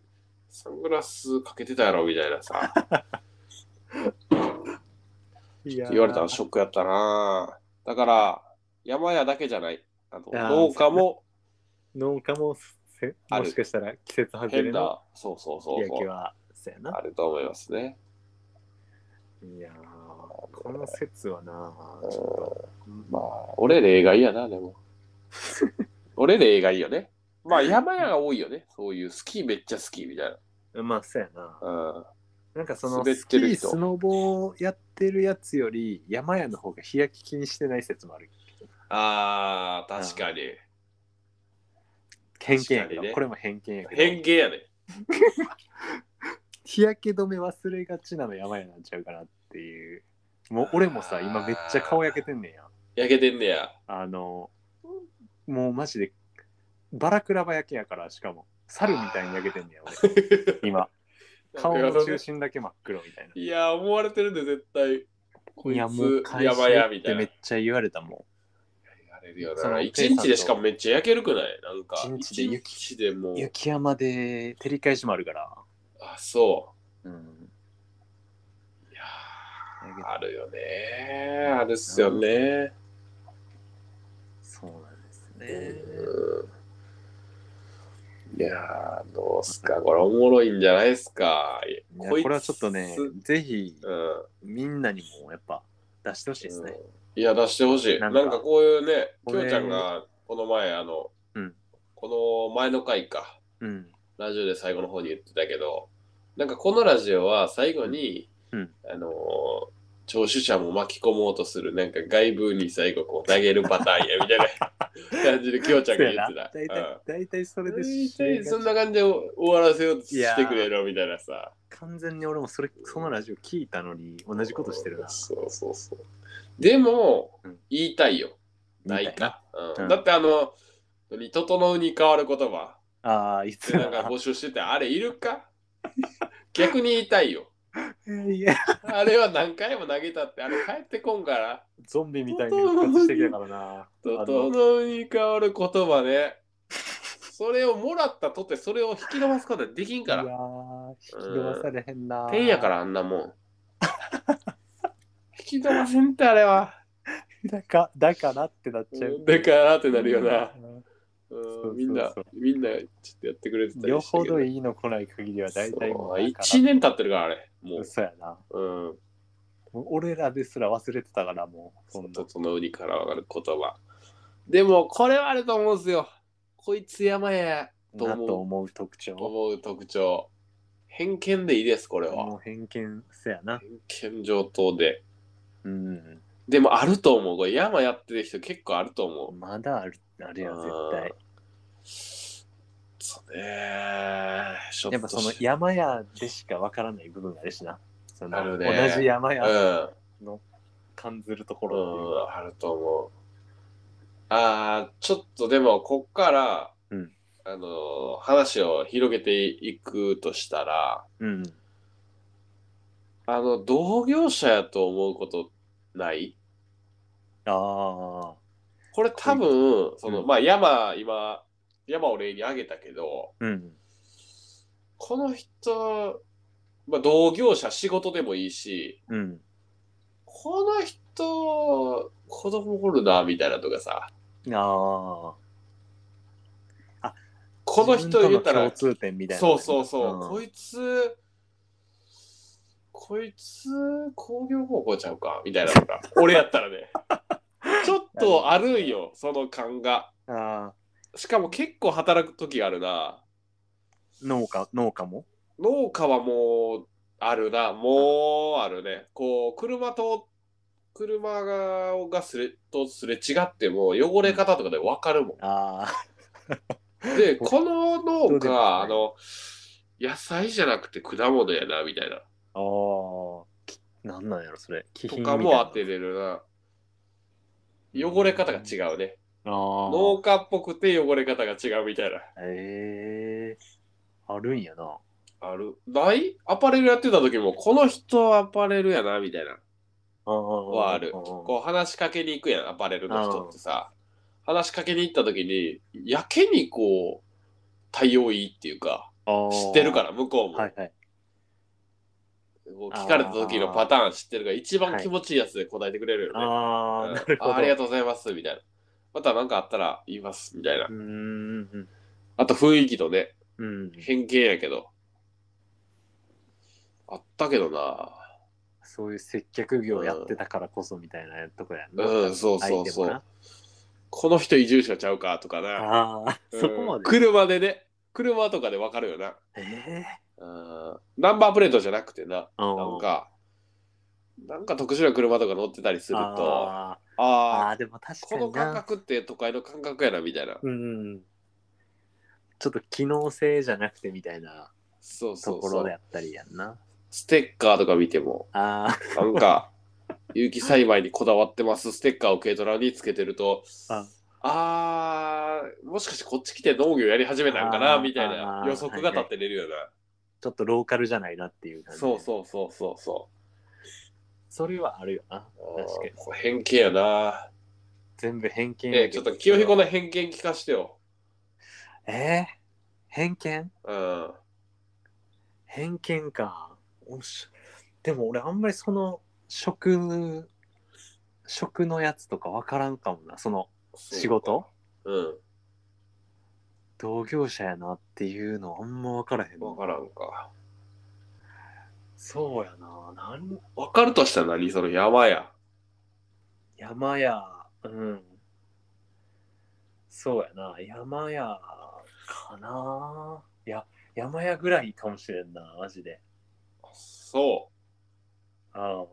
S1: サングラスかけてたやろみたいなさ、
S2: いやー
S1: 言われたらショックやったなぁ。だから、山屋だけじゃない。あの
S2: いやー
S1: 農家 も
S2: 農家もせ
S1: ある
S2: もしかしたら季節外れ
S1: 変
S2: の
S1: な、そうそうそう
S2: 日
S1: そ
S2: 焼け
S1: う、
S2: はそうやな
S1: あると思いますね。
S2: いやーこの説はなちょっと
S1: まあ、俺例外やな、で も。俺例外よね。まあ、山屋が多いよね。そういう、スキーめっちゃ好きみたいな。
S2: うんまあそうやな
S1: うん。
S2: なんかその
S1: 滑っ
S2: スキ
S1: てる
S2: ー
S1: 人
S2: スノボーやってるやつより山屋の方が日焼け気にしてない説もある
S1: ああ、確かに。
S2: 偏見や
S1: 確
S2: け
S1: か
S2: ど、
S1: にね
S2: これも偏見やけど
S1: 偏見やね。
S2: 日焼け止め忘れがちなの山屋なんちゃうかなっていうもう俺もさ
S1: あー
S2: 今めっちゃ顔焼けてんねんや
S1: 焼けてんねや。
S2: あのもうマジでバラクラバ焼けやからしかも猿みたいに焼けてんねん俺 今 顔の中心だけ真っ黒みたいない
S1: や、思われてるんで、絶対。こい
S2: いやもう
S1: つ、
S2: 会社
S1: 山屋
S2: 行
S1: み
S2: ったて
S1: いな。
S2: めっちゃ言われたも
S1: 言われるよ
S2: そ
S1: な。
S2: の
S1: 一日でしかもめっちゃ焼けるくないなんか、
S2: 一日で
S1: 一日でも
S2: ん
S1: う、
S2: 雪山で照り返しもあるから
S1: あ、そ
S2: うん
S1: う。いや
S2: だけ
S1: ー
S2: ど
S1: あるよね。あるっすよね。
S2: そうなんです
S1: うんいやー、どうすか、これおもろいんじゃないですか。
S2: いやこれはちょっとね
S1: うん。
S2: ぜひみんなにもやっぱ出してほしいですね、
S1: いや、出してほしい。な
S2: なんんか
S1: かこういうね、き
S2: こ
S1: ょ
S2: れ
S1: うちゃんがこの前、あの、
S2: うん
S1: この前の回か、
S2: うん
S1: ラジオで最後の方に言ってたけど、なんかこのラジオは最後に、
S2: うん
S1: あのー聴取者も巻き込もうとする、なんか外部に最後こう投げるパターンや、みたいな 感じできょうちゃんが言ってた。
S2: 大体、大体それで
S1: 大
S2: 締め
S1: 体
S2: がち
S1: そんな感じで終わらせようとしてくれろみたいなさ。
S2: 完全に俺もそれそのラジオ聞いたのに同じことしてるな。
S1: そうそうそう。でも、
S2: うん
S1: 言いたいよ。な
S2: 言
S1: い
S2: いたい
S1: か。うん
S2: うん
S1: だってあの、に整うに変わる言葉
S2: ああ、いつ
S1: で なんか募集してて、あれいるか逆に言いたいよ。
S2: いや
S1: あれは何回も投げたって、あれ帰ってこんから。
S2: ゾンビみたいに復活してきたからな。あの
S1: 整うに変わる言葉ね。それをもらったとて、それを引き伸ばすことはできんか
S2: い
S1: ら
S2: や。ー、引き伸ばされへんな。
S1: ペンやからあんな もん。引き止ませんってあれは。
S2: だか。だからってなっちゃう。
S1: だから ってなるよな。
S2: うん
S1: うん
S2: そう
S1: みんな
S2: そう、
S1: みんなちょっとやってくれてた
S2: よ
S1: りした
S2: ほ
S1: けど。
S2: どいいの来ない限りは大体もうだから。
S1: 1年経ってるからあれ。も
S2: そうやな。
S1: う、うん。
S2: もう俺らですら忘れてたからもう。そんな
S1: 整うにから上がる言葉。でも、これはあると思うんですよ。こいつ山やと
S2: なと
S1: 思う
S2: 思う特徴。
S1: 思う特徴。偏見でいいです、これ
S2: も
S1: は
S2: う。偏見せやな。
S1: 偏見上等で。
S2: うん。
S1: でも、あると思う。これ山やってる人結構あると思う。
S2: まだある、あるやん、絶対。
S1: そうね。ちょっと
S2: やっぱその山屋でしかわからない部分があるしな。そ
S1: ある
S2: の
S1: ね
S2: 同じ山屋
S1: うん
S2: の感ずるとこ
S1: う
S2: ろっていうか
S1: ん、あると思う。ああ、ちょっとでも、こっから、
S2: うん
S1: あのー、話を広げていくとしたら、
S2: うん。
S1: あの、同業者やと思うことない
S2: ああ。
S1: これ多分、その、
S2: うん
S1: まあ、山、今、山を例に挙げたけど、
S2: うん。
S1: この人、まあ、同業者、仕事でもいいし、
S2: うん。
S1: この人、子供おるな、みたいなとかさ、
S2: ああ。
S1: この人言ったら
S2: 自分との共、通点みたいな。
S1: そうそうそう、
S2: ん
S1: こいつこいつ工業高校ちゃうかみたいなのが俺やったら ねちょっとあるんよその感が
S2: ああ。
S1: しかも結構働く時あるな
S2: 農家、農家も
S1: 農家はもうあるなもうあるねこう車と車ががすれとすれ違っても汚れ方とかで分かるもん
S2: ああ。
S1: でこの農
S2: そうですね
S1: 家あの野菜じゃなくて果物やなみたいな
S2: ああ。きなんなんやろ、それ。気
S1: とかも当てれるな。汚れ方が違うね。
S2: ああ。農
S1: 農家っぽくて汚れ方が違うみたいな。
S2: ええあるんやな。
S1: あるないアパレルやってた時も、この人はアパレルやな、みたいな。
S2: ああ。
S1: はある。
S2: うん。
S1: こう話しかけに行くやん、アパレルの人ってさ。話しかけに行った時に、やけにこう、対応いいっていうか、知ってるからら向こうも、
S2: はいはい。
S1: こう聞かれた時のパターン知ってるから一番気持ちいいやつで答えてくれるよね、
S2: ああ、なるほど。
S1: あありがとうございますみたいなまた何かあったら言いますみたいな
S2: うーん。
S1: あと雰囲気とね
S2: うん。
S1: 偏見やけどあったけどな
S2: そういう接客業やってたからこそみたいなとこやな
S1: うんそうそう
S2: 相手も
S1: そ
S2: な
S1: うこの人移住者ちゃうかとかな
S2: ああ、
S1: うん
S2: そこまで。
S1: 車でね車とかで分かるよな
S2: え
S1: うんナンバープレートじゃなくてな
S2: えー。
S1: なんかなんか特殊な車とか乗ってたりするとあ
S2: あーあ
S1: あ
S2: ー、でも確か
S1: この
S2: に
S1: 感
S2: な。
S1: 覚って都会の感覚やなみたいな
S2: うん。ちょっと機能性じゃなくてみたいな
S1: そうそ
S2: と
S1: う
S2: こ
S1: そ
S2: ろ
S1: う
S2: であったりやんな。
S1: ステッカーとか見ても
S2: ああ
S1: なんか 有機栽培にこだわってますステッカーを軽トラにつけてると
S2: あ
S1: あーもしかしてこっち来て農業やり始めたんか
S2: あ
S1: な
S2: ー
S1: みたいな
S2: あー
S1: 予測が立ってれるよう
S2: ちょっとローカルじゃないなっていう
S1: な
S2: 感じ。
S1: そう
S2: う。
S1: そうそうそうそ
S2: それはあるよな。
S1: う
S2: 確かに。
S1: これ偏見やな
S2: 全部偏見や
S1: ねえ
S2: け
S1: ちょ
S2: ど
S1: っと清彦の偏見聞かしてよ
S2: えー、偏見
S1: うん
S2: 偏見か。おしでも俺あんまりその食、食のやつとかわからんかもな。その仕事
S1: うん
S2: 同業者やなっていうのあんま分からへん
S1: 分からんか
S2: そうやな。なん
S1: 分かるとしたら何その山や
S2: 山や、うん。そうやな。山やかな。いや、山やぐらいかもしれんな、マジで。
S1: そ
S2: うん。
S1: う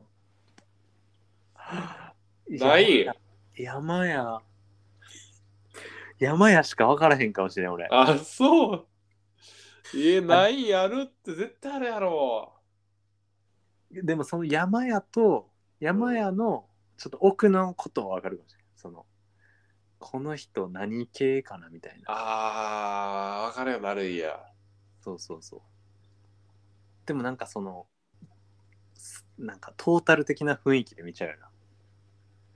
S1: ない
S2: 山や。山やしか分からへんかもしれん、俺。
S1: あそうえないやるって絶対あるやろ
S2: でもその山屋と山屋のちょっと奥のことは分かるかもしれない。そのこの人何系かなみたいな。
S1: あー分かるようになるんや
S2: そうそうそう。でもなんかそのすなんかトータル的な雰囲気で見ちゃうよな。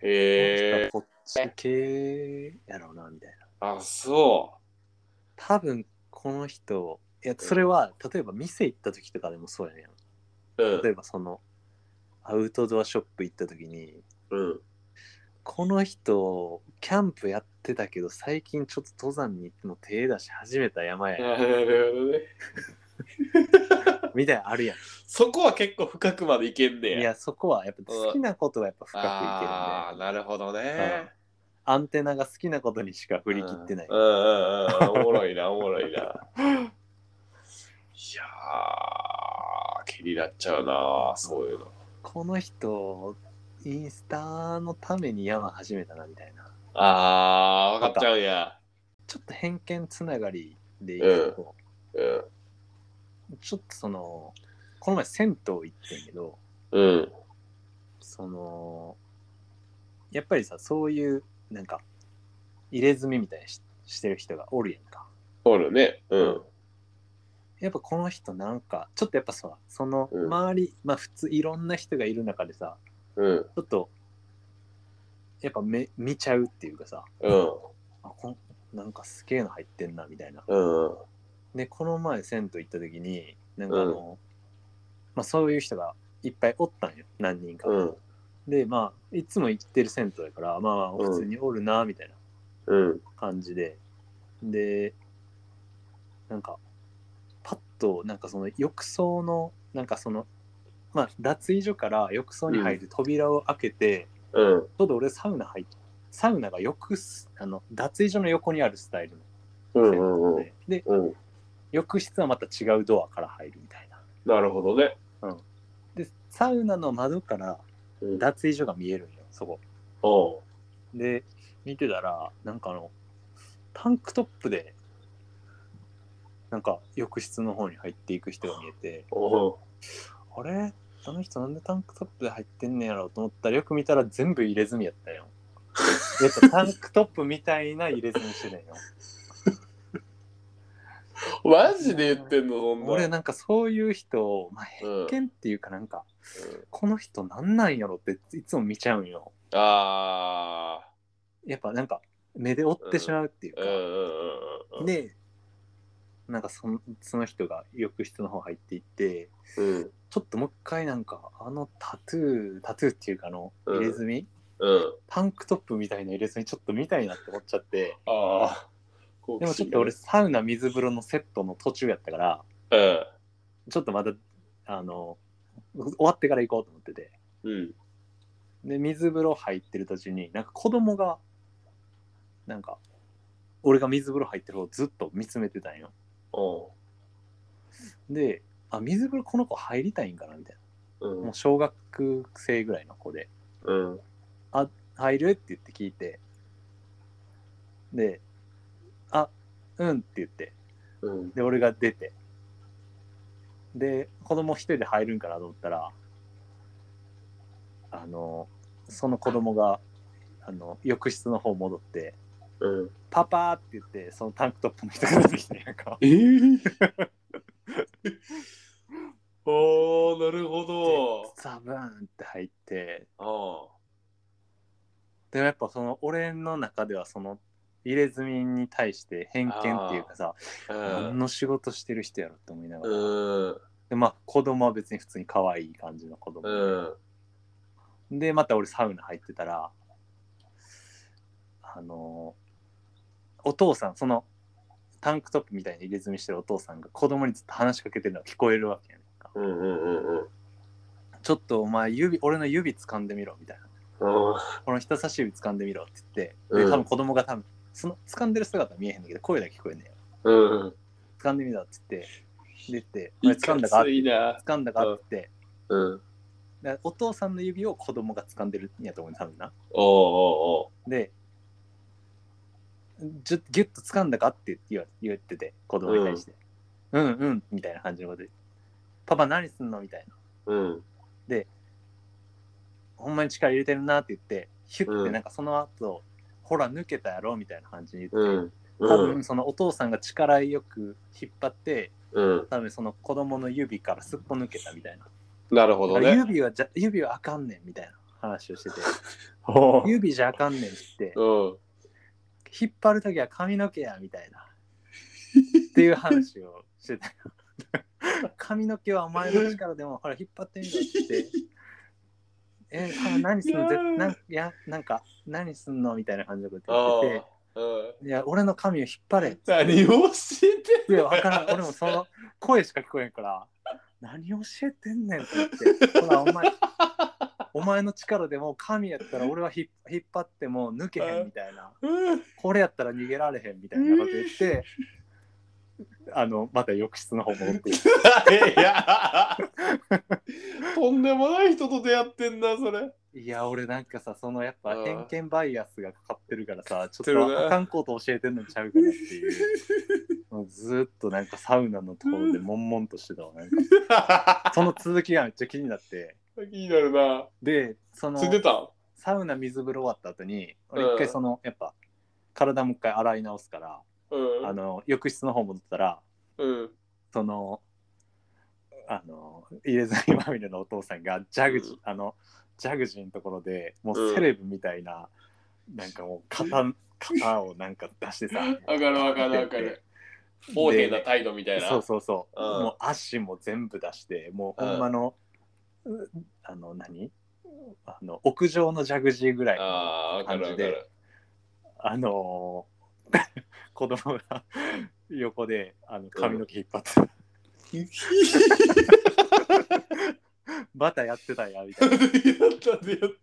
S1: へえ
S2: こっち系やろうなみたいな。
S1: あそ
S2: 多分この人いやそれは例えば店行った時とかでもそうやねん。
S1: ううん
S2: 例えばそのアウトドアショップ行った時に
S1: うん
S2: この人キャンプやってたけど最近ちょっと登山にも手出し始めた山や
S1: なるほどね
S2: みたいなのあるやん。
S1: そこは結構深くまでいけんね
S2: いやそこはやっぱ好きなことがやっぱ深くいけるんで
S1: ああなるほどね
S2: アンテナが好きなことにしか振り切ってない。
S1: うんうんうんうんおもろいなおもろいないやー気になっちゃうなそういうの
S2: この人インスタのために山始めたなみたいな。
S1: あー分かっちゃうんや
S2: ちょっと偏見つながりでいくと、
S1: うん
S2: ちょっとそのこの前銭湯行ってんけど
S1: うん
S2: そのやっぱりさそういうなんか入れ墨みたいにししてる人がおるやんか。
S1: おるねうん
S2: やっぱこの人なんかちょっとやっぱさその
S1: うん
S2: 周り、まあ普通いろんな人がいる中でさ
S1: うん
S2: ちょっとやっぱめ見ちゃうっていうかさ
S1: うん
S2: あこんなんかすげえの入ってんなみたいな
S1: うん
S2: でこの前銭湯行った時になんかあの、まあそういう人がいっぱいおったんよ何人か、
S1: うん
S2: でまあいつも行ってる銭湯だからまあまあ普通におるなみたいな
S1: うん
S2: 感じで、でなんかパッとなんかその浴槽のなんかそのまあ脱衣所から浴槽に入る扉を開けて、
S1: うん
S2: ちょうど俺サウナ入っサウナが浴室あの脱衣所の横にあるスタイル
S1: うん
S2: の銭湯で,、
S1: うんうんうん
S2: で浴室はまた違うドアから入るみたいな
S1: なるほどね
S2: でサウナの窓から
S1: うん
S2: 脱衣所が見えるんよそこ
S1: おう
S2: で見てたらなんかあのタンクトップでなんか浴室の方に入っていく人が見えて
S1: おう
S2: あれあの人なんでタンクトップで入ってんねやろうと思ったらよく見たら全部入れ墨やっ たよやっぱタンクトップみたいな入れ墨してたよ
S1: マジで言ってんのそんな
S2: 俺なんかそういう人を、まあ、
S1: うん
S2: 偏見っていうかなんか、
S1: うん
S2: この人なんなんやろっていつも見ちゃうんよ
S1: ああ
S2: やっぱなんか目で追ってしまうっていうか、
S1: うんうんうんうん
S2: でなんかそのその人が浴室の方入っていって
S1: うん。
S2: ちょっともう一回なんかあのタトゥータトゥーっていうかあの
S1: うん
S2: 入れ墨、
S1: うん。
S2: タンクトップみたいな入れ墨ちょっと見たいなって思っちゃって
S1: ああ。
S2: でもちょっと俺サウナ水風呂のセットの途中やったから
S1: うん。
S2: ちょっとまだあの終わってから行こうと思ってて
S1: うん。
S2: で水風呂入ってる途中になんか子供がなんか俺が水風呂入ってる方をずっと見つめてたんよ
S1: お
S2: であ水風呂この子入りたいんかなみたいうなんもう。小学生ぐらいの子で
S1: うん。
S2: 入るって言って聞いてであうんって言って
S1: うん。
S2: で俺が出てで子供一人で入るんかなと思ったらあのその子供があの浴室の方戻って
S1: うん。
S2: 「パパ」って言ってそのタンクトップの人が出てきてなんか
S1: ええ。おお、なるほど。
S2: ザブーンって入って
S1: あ
S2: でもやっぱその俺の中ではその入れ墨に対して偏見っていうかさ
S1: あ。
S2: 何の仕事してる人やろって思いなが
S1: う
S2: ら、
S1: ん。うん。
S2: でまあ子供は別に普通に可愛い感じの子供で、
S1: うん。
S2: でまた俺サウナ入ってたらあのお父さんそのタンクトップみたいに入れ墨してるお父さんが子供にずっと話しかけてるのが聞こえるわけやねんか
S1: うん。うん。うん。
S2: ちょっとお前指俺の指掴んでみろみたいな
S1: あ
S2: この人差し指掴んでみろって言ってで多分子供が多分その掴んでる姿は見えへんだけど声だけ聞こえんねんよ
S1: うん。
S2: 掴んでみろって言って出て「お
S1: い
S2: 前掴んだか?」っ
S1: か
S2: て
S1: ついな。
S2: 掴んだかって言って
S1: うん。
S2: だからお父さんの指を子供が掴んでるんやと思う多分な
S1: おおお
S2: でじゅギュッと掴んだかって言わ言ってて子供に対して、うん、うんみたいな感じのことでパパ何すんのみたいな
S1: お。うん。
S2: ほんまに力入れてるなって言ってヒュッ
S1: う
S2: て
S1: ん
S2: なんかその後、ほら抜けたやろみたいな感じに言って、
S1: うん。
S2: 多分そのお父さんが力よく引っ張って
S1: うん。
S2: 多分その子供の指からすっぽ抜けたみたいな
S1: なるほどね。
S2: 指はじゃ指はあかんねんみたいな話をして て
S1: おう
S2: 指じゃあかんねんって言って
S1: うん。
S2: 引っ張るときは髪の毛やみたいなっていう話をして たよ髪の毛はお前の力でもほら引っ張ってみろって言ってえあ何すんのぜなんいやなんか何すんのみたいな感じのこと
S1: あ
S2: 言って
S1: あ。うん。
S2: ていや俺の髪を引っ張れ
S1: 何をして
S2: いやわからん俺もその声しか聞こえんから何教えてんねんって言ってほらお前お前の力でもう神やったら俺はひ引っ張っても抜けへんみたいな
S1: うん
S2: これやったら逃げられへんみたいなこと 言ってあのまた浴室の方戻ってきて
S1: いやとんでもない人と出会ってんなそれ
S2: いや俺なんかさそのやっぱ
S1: うん
S2: 偏見バイアスがかかってるからさちょ
S1: て
S2: っ
S1: るね
S2: とあかんこと教えてんのちゃうかなっ ていうもうずーっとなんかサウナのところで悶々としてたわなんかその続きがめっちゃ気になって。
S1: 気になるな
S2: でその
S1: ついてた
S2: サウナ水風呂終わった後に
S1: うん
S2: 俺一回その、やっぱ体もう一回洗い直すから、
S1: うん
S2: あの浴室の方戻ったら
S1: うん
S2: そのあの入れ墨まみれのお父さんがジャグジ、
S1: うん
S2: あのジャグジーのところでもうセレブみたいな、なんかもう肩肩をなんか出 してさ
S1: わかるわかるわかる横柄な態度みたいな
S2: そうそうそ
S1: う
S2: う、
S1: ん
S2: もう足も全部出してもうほんまの、うあの何あの屋上のジャグジーぐらいの
S1: ああわかるわかる
S2: あのー 子供が横であの髪の毛引っ張って、 またやってたんやみたいな。
S1: やったでやって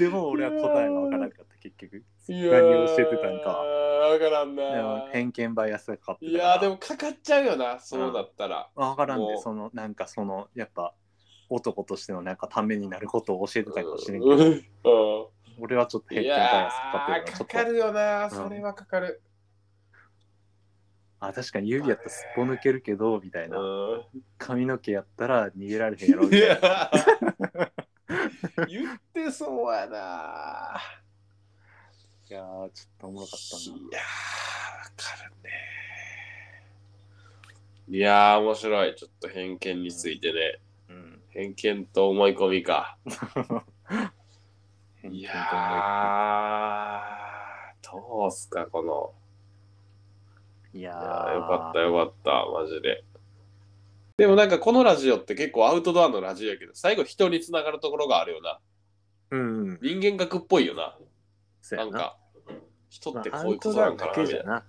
S2: でも俺は答えが分からなかった結局。
S1: たい
S2: 何を教えてたんか。
S1: わからん
S2: で
S1: な
S2: も偏見バイアスがかかって
S1: い
S2: たから
S1: やーでもかかっちゃうよなそうだったら
S2: 分からん
S1: も
S2: で
S1: う
S2: そのなんかそのやっぱ男としてのなんかためになることを教えてたかもしれんけど、
S1: うんうん
S2: 俺はちょっと偏
S1: い
S2: 見バイ
S1: や
S2: アスかかっ
S1: ー
S2: てるか
S1: か
S2: らちょ
S1: か
S2: っと
S1: るよなそれはかかる
S2: あ確かに指やったらすっぽ抜けるけどみたいな、
S1: うん
S2: 髪の毛やったら逃げられへんやろみた
S1: い
S2: い な。
S1: や言ってそうやない
S2: やーちょっとおもろかったな。
S1: いやーわかるねいやー面白いちょっと偏見についてね
S2: うん、
S1: 偏見と思い込みか
S2: 偏見
S1: い
S2: と
S1: や
S2: 思
S1: ーどうすかこの
S2: いや
S1: い
S2: ー
S1: やーよかったよかった、マジで。でもなんかこのラジオって結構アウトドアのラジオやけど、最後人につながるところがあるよな。
S2: うんうん
S1: 人間学っぽいよな。
S2: そう
S1: な
S2: や
S1: ん
S2: な
S1: か、人って
S2: まあ
S1: こういうことなんか
S2: ア
S1: な
S2: ウトドアだけ
S1: みた
S2: じ
S1: い
S2: ゃな
S1: な。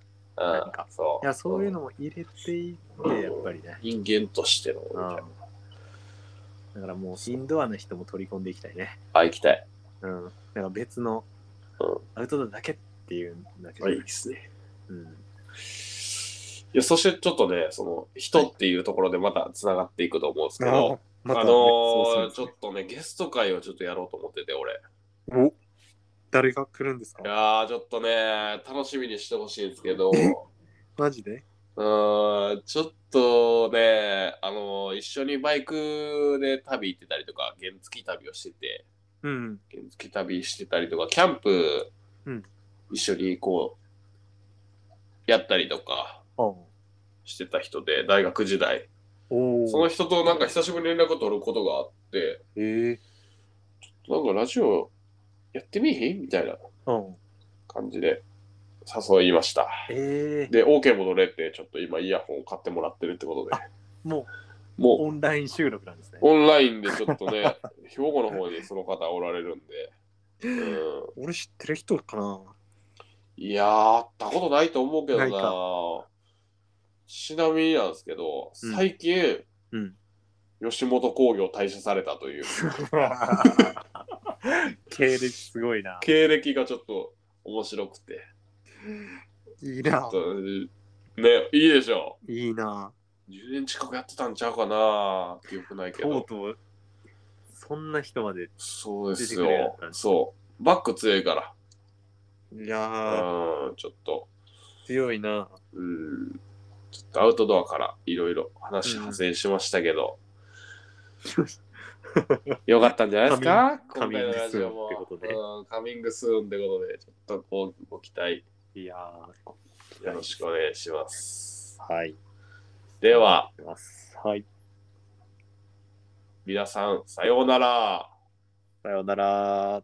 S2: な
S1: うん
S2: んか
S1: そ
S2: いやそういうのも入れていってやっぱりね
S1: う。人間としてのみ
S2: う
S1: たい
S2: ん
S1: な。
S2: だからもうインドアの人も取り込んでいきたいね
S1: あ、行きたい。
S2: うんだから別の
S1: うん
S2: アウトドアだけっていうんだけど、
S1: あいいですね。
S2: うん
S1: いや、そしてちょっとね、その人っていうところでまたつながっていくと思うんですけど、
S2: また
S1: あ
S2: ね
S1: の
S2: そう
S1: ー
S2: す
S1: ちょっ
S2: るんで
S1: とね、ゲスト会をちょっとやろうと思ってて、俺。
S2: すねお誰が来るんです
S1: い
S2: か
S1: やー、ちょっとね、楽しみにしてほしいんですけど、
S2: マジで
S1: うーんちょっとね、あの一緒にバイクで旅行ってたりとか、原付旅をしてて、
S2: うん
S1: 原付旅してたりとか、キャンプ、
S2: うん
S1: 一緒にこう、やったりとか
S2: お
S1: してた人で、大学時代。
S2: お
S1: その人となんか久しぶりに連絡を取ることがあって、
S2: ええ
S1: なんかラジオやってみいひんみたいな
S2: うん
S1: 感じで誘いました。
S2: ええ
S1: で、OK 戻れって、ちょっと今イヤホンを買ってもらってるってことで、
S2: もう
S1: もう
S2: オンライン収録なんですね
S1: オンラインでちょっとね、兵庫の方にその方おられるんで、うん、
S2: 俺知ってる人かない
S1: やー、会ったことないと思うけどな
S2: ないか
S1: ちなみになんですけど、
S2: うん
S1: 最近、
S2: うん
S1: 吉本興業退社された という
S2: 経歴すごいな
S1: 経歴がちょっと面白くて、
S2: いいな
S1: ちょっとね、いいでしょ
S2: いいな
S1: う。10年近くやってたんちゃうかな記憶ないけ
S2: とう
S1: ど。
S2: とうそんな人まで
S1: そうです
S2: 出てくれなか
S1: よ
S2: ったん。です
S1: そう。バック強いか
S2: いや
S1: ら。
S2: ー
S1: うん、ちょっと。
S2: 強いな
S1: うんちょっとアウトドアからいろいろ話派生しましたけど、よかったんじゃないですか
S2: カミン
S1: 今回のラジオも
S2: カミングスーンってことで
S1: うんカミングスーンってことで、ちょっとこうご期待
S2: いやー
S1: よろしくお願いします。
S2: はい
S1: では、
S2: はい
S1: 皆さん、さようなら。
S2: さようなら